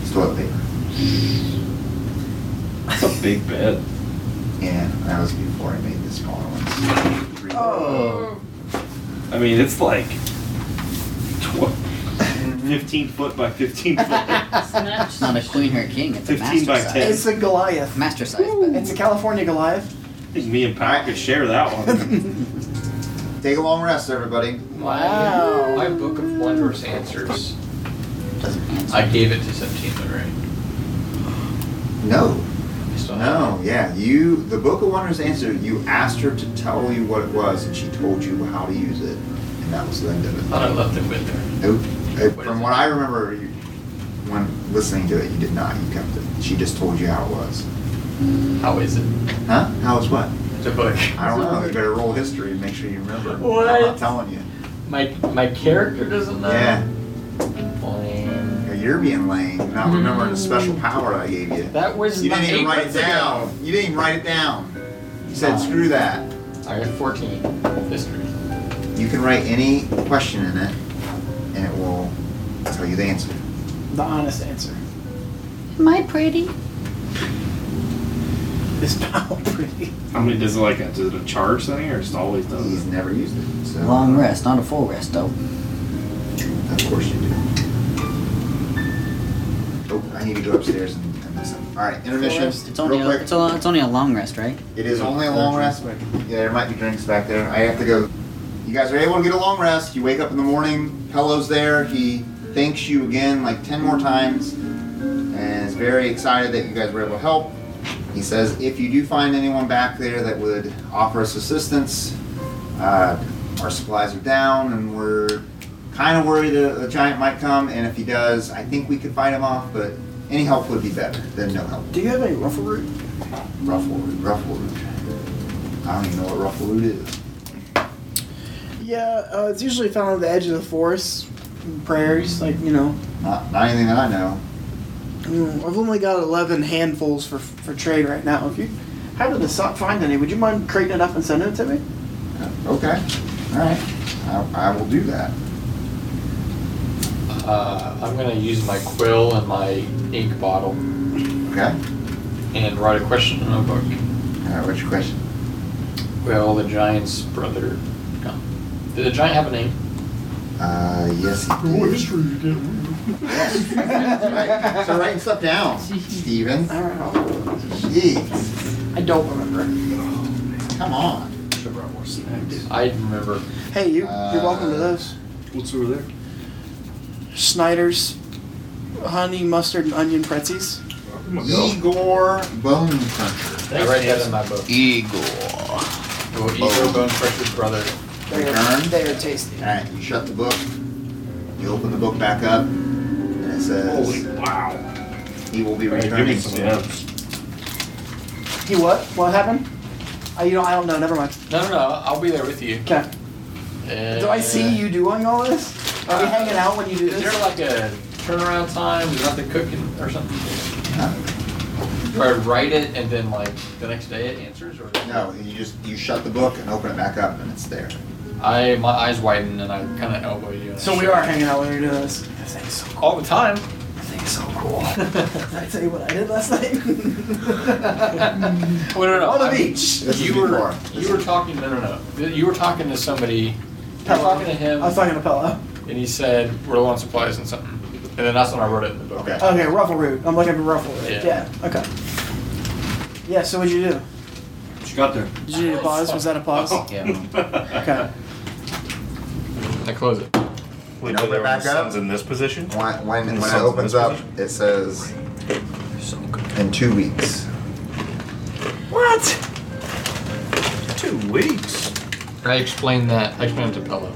[SPEAKER 2] It's toilet paper,
[SPEAKER 5] That's a big bet.
[SPEAKER 2] and that was before I made the smaller ones.
[SPEAKER 7] Oh.
[SPEAKER 5] I mean, it's like tw- 15 foot by 15 foot.
[SPEAKER 6] It's not
[SPEAKER 4] It's not a queen or a king, it's a
[SPEAKER 5] 15
[SPEAKER 4] master
[SPEAKER 5] by
[SPEAKER 4] size.
[SPEAKER 5] 10.
[SPEAKER 7] It's a Goliath.
[SPEAKER 4] Master size,
[SPEAKER 7] It's a California Goliath.
[SPEAKER 5] I think me and Pat could share that one.
[SPEAKER 2] Take a long rest, everybody.
[SPEAKER 7] Wow.
[SPEAKER 8] My book of wondrous answers.
[SPEAKER 4] but doesn't answer.
[SPEAKER 8] I gave it to Septima, right?
[SPEAKER 2] No,
[SPEAKER 8] I still have
[SPEAKER 2] no, yeah. You, the Book of Wonders answer. You asked her to tell you what it was, and she told you how to use it, and that was the end of
[SPEAKER 8] it.
[SPEAKER 2] it.
[SPEAKER 8] Thought I left it with her.
[SPEAKER 2] Nope. Uh,
[SPEAKER 8] What
[SPEAKER 2] From
[SPEAKER 8] is it?
[SPEAKER 2] what I remember, you, when listening to it, you did not. You kept it. She just told you how it was.
[SPEAKER 8] How is it?
[SPEAKER 2] Huh? How was what?
[SPEAKER 8] It's a book.
[SPEAKER 2] I don't know. You better roll history and make sure you remember. I'm
[SPEAKER 8] What?
[SPEAKER 2] not telling you.
[SPEAKER 8] My my character doesn't know.
[SPEAKER 2] Yeah.
[SPEAKER 8] Lame.
[SPEAKER 2] You're being lame. You're not remembering the special power I gave you.
[SPEAKER 8] That was
[SPEAKER 2] You
[SPEAKER 8] my
[SPEAKER 2] didn't
[SPEAKER 8] eight
[SPEAKER 2] even write it
[SPEAKER 8] months ago.
[SPEAKER 2] down. You didn't even write it down. You said,
[SPEAKER 8] Nah.
[SPEAKER 2] screw that.
[SPEAKER 8] I got 14 history.
[SPEAKER 2] You can write any question in it, and it will tell you the answer.
[SPEAKER 7] The honest answer
[SPEAKER 4] Am I pretty?
[SPEAKER 7] is how pretty.
[SPEAKER 5] How many does it like? Is it a charge thing or just always
[SPEAKER 8] Oh.
[SPEAKER 5] does
[SPEAKER 2] He's
[SPEAKER 5] it?
[SPEAKER 2] never used it, so
[SPEAKER 4] Long rest, not a full rest, though.
[SPEAKER 2] of course you do. Oh, I need to go upstairs and, and listen. All right, intermission.
[SPEAKER 4] It's only,
[SPEAKER 2] Real
[SPEAKER 4] a,
[SPEAKER 2] quick.
[SPEAKER 4] it's, a, it's only a long rest, right?
[SPEAKER 2] It is only a long rest. but- Yeah, there might be drinks back there. I have to go. You guys are able to get a long rest. You wake up in the morning. Pellow's there. He thanks you again like 10 more times and is very excited that you guys were able to help. He says, if you do find anyone back there that would offer us assistance, uh, our supplies are down and we're kind of worried that a giant might come. And if he does, I think we could fight him off, but any help would be better than no help.
[SPEAKER 7] Do you have any ruffle root?
[SPEAKER 2] Ruffle root, ruffle root. I don't even know what ruffle root is.
[SPEAKER 7] Yeah, uh, it's usually found on the edge of the forest, in prairies, like, you know.
[SPEAKER 2] Not, not anything that I know.
[SPEAKER 7] Mm, I've only got 11 handfuls for, for trade right now. If you happen to so- find any, would you mind crating it up and sending it to me?
[SPEAKER 2] Okay, all right. I, I will do that.
[SPEAKER 8] Uh, I'm gonna use my quill and my ink bottle
[SPEAKER 2] Okay.
[SPEAKER 8] and write a question in a
[SPEAKER 2] All
[SPEAKER 8] book.
[SPEAKER 2] right, what's your question?
[SPEAKER 8] Will the giant's brother come? Did the giant have a name?
[SPEAKER 2] Uh, yes. What history you get? Yes. right. So writing stuff down, Steven.
[SPEAKER 7] I don't know.
[SPEAKER 2] Jeez,
[SPEAKER 7] I don't remember.
[SPEAKER 2] come on.
[SPEAKER 5] Should have brought more snacks.
[SPEAKER 8] I remember.
[SPEAKER 7] Hey, you, you're welcome to
[SPEAKER 2] Uh,
[SPEAKER 7] those.
[SPEAKER 5] What's over there?
[SPEAKER 7] Snyder's honey, mustard, and onion pretzies.
[SPEAKER 5] Oh,
[SPEAKER 2] Igor Bone Cruncher.
[SPEAKER 8] I write that in my book.
[SPEAKER 4] Eagle.
[SPEAKER 8] Will Igor Bone Crusher's brother?
[SPEAKER 7] They are,
[SPEAKER 2] Return.
[SPEAKER 7] they are tasty.
[SPEAKER 2] All right, you shut the book. You open the book back up, and it says
[SPEAKER 5] Holy wow!
[SPEAKER 2] he will be
[SPEAKER 5] All right, give me
[SPEAKER 2] returning.
[SPEAKER 5] some of them.
[SPEAKER 7] He what? What happened? I, you know, I don't know. Never mind.
[SPEAKER 8] No, no, no. I'll be there with you.
[SPEAKER 7] Okay. Do I see you doing all this? Are we
[SPEAKER 8] Uh,
[SPEAKER 7] hanging out when you do
[SPEAKER 8] Is there
[SPEAKER 7] this?
[SPEAKER 8] like a turnaround time? Is nothing cooking or something?
[SPEAKER 2] Huh?
[SPEAKER 8] Do I write it and then like the next day it answers or?
[SPEAKER 2] No, you just you shut the book and open it back up, and it's there.
[SPEAKER 8] I my eyes widen and I kind of elbow you. and I
[SPEAKER 7] So we
[SPEAKER 8] shake.
[SPEAKER 7] are hanging out when you do this. That thing's so cool.
[SPEAKER 8] all the time.
[SPEAKER 7] That thing's so cool. Did I tell you what I did last night?
[SPEAKER 8] Well, Oh, no, no, no.
[SPEAKER 7] on the
[SPEAKER 8] I mean,
[SPEAKER 7] beach.
[SPEAKER 2] This is
[SPEAKER 8] you were
[SPEAKER 2] before.
[SPEAKER 8] you were talking. No, no, no. You were talking to somebody. You were talking to him,
[SPEAKER 7] I was talking to Pella.
[SPEAKER 8] and he said we're low on supplies and something. And then that's when I wrote it in the book.
[SPEAKER 2] Okay.
[SPEAKER 7] Okay, ruffle root. I'm looking for ruffle root.
[SPEAKER 8] Yeah.
[SPEAKER 7] Yeah. Okay. Yeah. So what'd you do?
[SPEAKER 5] What you got there?
[SPEAKER 7] Did you need a pause? Was that a pause? Okay.
[SPEAKER 8] I close it.
[SPEAKER 2] Wait, Open it back up.
[SPEAKER 9] in this position?
[SPEAKER 2] When, when, when it opens up, it says in two weeks.
[SPEAKER 7] What?
[SPEAKER 9] Two weeks.
[SPEAKER 8] I explained that. I explained it to Pillow.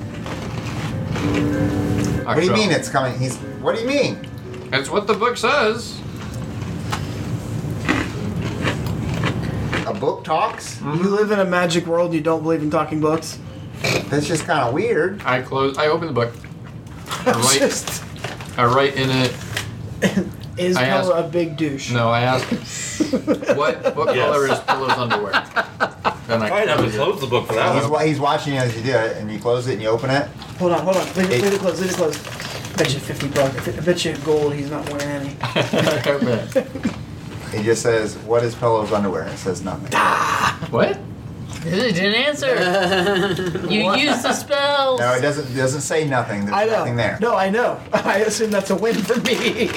[SPEAKER 2] What do you mean it's coming? He's. What do you mean?
[SPEAKER 8] That's what the book says.
[SPEAKER 2] A book talks?
[SPEAKER 8] Hmm?
[SPEAKER 7] You live in a magic world and you don't believe in talking books?
[SPEAKER 2] That's just kind of weird.
[SPEAKER 8] I close. I open the book. I write.
[SPEAKER 7] Just,
[SPEAKER 8] I write in it.
[SPEAKER 7] is
[SPEAKER 8] I asked-
[SPEAKER 7] Pella a big douche?
[SPEAKER 8] No, I ask what what
[SPEAKER 5] Yes.
[SPEAKER 8] color is Pillow's underwear. Then
[SPEAKER 5] I'd have to
[SPEAKER 8] close it.
[SPEAKER 5] close the book for that
[SPEAKER 2] He's,
[SPEAKER 5] one.
[SPEAKER 2] wa- he's watching you as you do it, and you close it and you open it.
[SPEAKER 7] Hold on, hold on. Leave it,
[SPEAKER 2] Hey.
[SPEAKER 7] leave it closed, leave it closed. I bet you 50 bucks. I bet you gold he's not wearing any.
[SPEAKER 8] Okay.
[SPEAKER 2] He just says, "What is Pillow's underwear?" And it says nothing.
[SPEAKER 8] what?
[SPEAKER 6] It didn't answer. You used the spells.
[SPEAKER 2] No, it doesn't. Doesn't say nothing. There's
[SPEAKER 7] I know.
[SPEAKER 2] nothing there.
[SPEAKER 7] No, I know. I assume that's a win for me.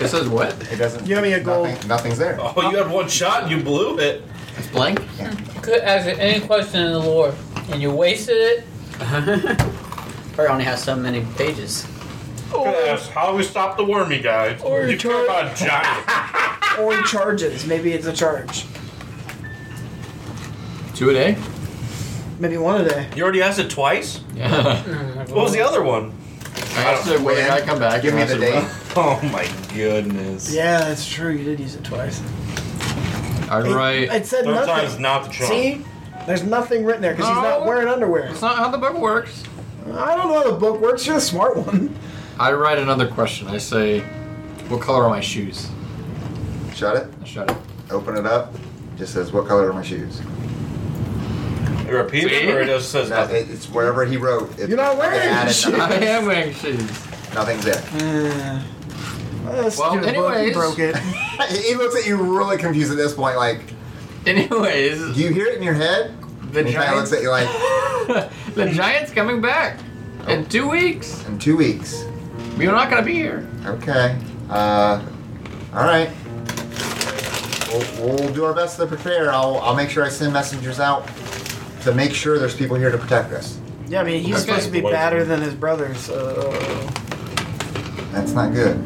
[SPEAKER 8] It says what?
[SPEAKER 2] It doesn't.
[SPEAKER 7] Give me a gold.
[SPEAKER 2] nothing- Nothing's there.
[SPEAKER 5] Oh, you had one shot and you blew it.
[SPEAKER 8] It's blank.
[SPEAKER 6] Could ask it any question in the lore, and you wasted it.
[SPEAKER 4] Or only has so many pages.
[SPEAKER 5] Yes, how we stop the wormy guys.
[SPEAKER 7] Or
[SPEAKER 5] you care
[SPEAKER 7] turn-
[SPEAKER 5] about Johnny.
[SPEAKER 7] or charges. Maybe it's a charge.
[SPEAKER 8] Two a day.
[SPEAKER 7] Maybe one a day.
[SPEAKER 5] you already asked it twice?
[SPEAKER 8] Yeah.
[SPEAKER 5] What was the other one?
[SPEAKER 8] I asked it when I come back.
[SPEAKER 2] Give
[SPEAKER 8] and
[SPEAKER 2] me
[SPEAKER 8] I
[SPEAKER 2] the
[SPEAKER 8] said,
[SPEAKER 2] date.
[SPEAKER 5] Oh my goodness.
[SPEAKER 7] Yeah, that's true. You did use it twice.
[SPEAKER 8] I
[SPEAKER 7] It,
[SPEAKER 8] write.
[SPEAKER 7] it said
[SPEAKER 5] Third
[SPEAKER 7] nothing.
[SPEAKER 5] time's not the charm.
[SPEAKER 7] See? There's nothing written there because he's not
[SPEAKER 8] No.
[SPEAKER 7] wearing underwear.
[SPEAKER 8] It's not how the book works.
[SPEAKER 7] I don't know how the book works. You're the smart one.
[SPEAKER 8] I write another question. I say, "What color are my shoes?"
[SPEAKER 2] Shut it.
[SPEAKER 8] I shut it.
[SPEAKER 2] Open it up. Just says, "What color are my shoes?"
[SPEAKER 5] It repeats it or it just says
[SPEAKER 2] No,
[SPEAKER 5] nothing?
[SPEAKER 2] it, it's wherever he wrote. It,
[SPEAKER 7] You're not wearing
[SPEAKER 2] they added
[SPEAKER 7] shoes.
[SPEAKER 2] nothing.
[SPEAKER 8] I am wearing shoes.
[SPEAKER 2] Nothing's there.
[SPEAKER 8] Well, anyways.
[SPEAKER 7] broke Uh, it.
[SPEAKER 2] he looks at you really confused at this point. Like,
[SPEAKER 8] Anyways,
[SPEAKER 2] do you hear it in your head?
[SPEAKER 8] the
[SPEAKER 2] and he kind of
[SPEAKER 8] giants.
[SPEAKER 2] looks at you like,
[SPEAKER 8] the giants coming back
[SPEAKER 2] Oh.
[SPEAKER 8] in two weeks.
[SPEAKER 2] "In two weeks."
[SPEAKER 8] We're not gonna be here.
[SPEAKER 2] Okay. Uh, all right. We'll, we'll do our best to prepare. I'll, I'll make sure I send messengers out to make sure there's people here to protect us.
[SPEAKER 7] Yeah, I mean, he's
[SPEAKER 8] Okay.
[SPEAKER 7] supposed to be badder than his brother, so. uh,
[SPEAKER 2] That's not good.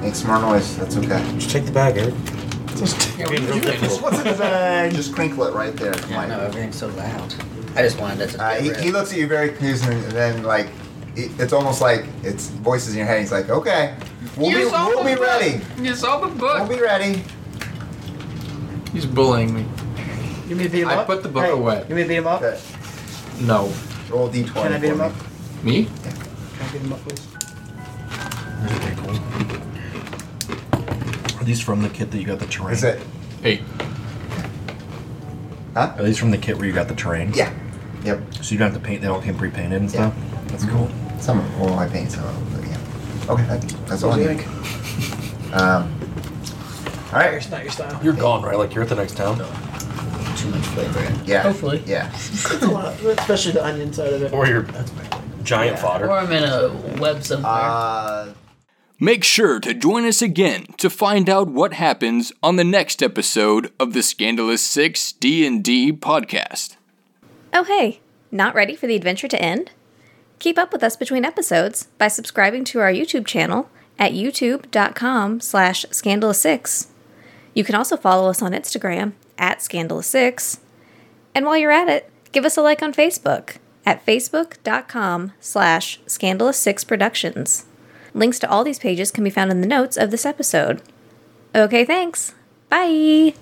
[SPEAKER 2] Makes more noise. That's okay.
[SPEAKER 10] Just take the bag,
[SPEAKER 8] Yeah,
[SPEAKER 10] Eric.
[SPEAKER 8] what are you doing?
[SPEAKER 7] What's in the bag?
[SPEAKER 2] Just crinkle it right there,
[SPEAKER 4] Yeah,
[SPEAKER 2] Mike.
[SPEAKER 4] no, everything's so loud. I just wanted it to.
[SPEAKER 2] Uh,
[SPEAKER 4] get
[SPEAKER 2] he,
[SPEAKER 4] rid.
[SPEAKER 2] he looks at you very confused, and then like it, it's almost like it's voices in your head. He's like, "Okay, we'll
[SPEAKER 8] You
[SPEAKER 2] be
[SPEAKER 8] saw
[SPEAKER 2] we'll
[SPEAKER 8] the
[SPEAKER 2] be
[SPEAKER 8] book.
[SPEAKER 2] ready.
[SPEAKER 8] You saw the
[SPEAKER 2] We'll
[SPEAKER 8] book.
[SPEAKER 2] be ready."
[SPEAKER 8] He's bullying me.
[SPEAKER 7] You mean to beat him
[SPEAKER 8] I
[SPEAKER 7] up?
[SPEAKER 8] put the book
[SPEAKER 7] Hey,
[SPEAKER 8] away.
[SPEAKER 7] You mean to beat him up?
[SPEAKER 2] Okay.
[SPEAKER 8] No.
[SPEAKER 2] Roll a d20.
[SPEAKER 7] Can I beat
[SPEAKER 2] for
[SPEAKER 7] him
[SPEAKER 2] me.
[SPEAKER 7] up?
[SPEAKER 8] Me?
[SPEAKER 7] Can I beat him up, please?
[SPEAKER 10] Are these from the kit that you got the terrain?
[SPEAKER 2] Is it?
[SPEAKER 8] Eight.
[SPEAKER 2] Huh?
[SPEAKER 10] Are these from the kit where you got the terrain?
[SPEAKER 2] Yeah. Yep.
[SPEAKER 10] So you don't have to paint. They all came pre-painted and
[SPEAKER 2] Yeah.
[SPEAKER 10] stuff. That's cool.
[SPEAKER 2] Some of well, I paint some of them, but yeah. Okay, that, that's all I need. Um, all right.
[SPEAKER 7] It's not your style.
[SPEAKER 10] You're gone, right? Like you're at the next town.
[SPEAKER 4] too much flavor. in.
[SPEAKER 2] Yeah.
[SPEAKER 6] Hopefully.
[SPEAKER 2] Yeah.
[SPEAKER 7] It's a lot, especially the onion side of it.
[SPEAKER 10] Or you're giant fodder.
[SPEAKER 6] Or I'm in a web somewhere.
[SPEAKER 2] Uh,
[SPEAKER 11] Make sure to join us again to find out what happens on the next episode of the Scandalous 6 D&D podcast.
[SPEAKER 1] Oh, hey, not ready for the adventure to end? Keep up with us between episodes by subscribing to our YouTube channel at youtube.com slash scandalous6. You can also follow us on Instagram at scandalous6. And while you're at it, give us a like on Facebook at facebook.com slash scandalous6productions. Links to all these pages can be found in the notes of this episode. Okay, thanks. Bye.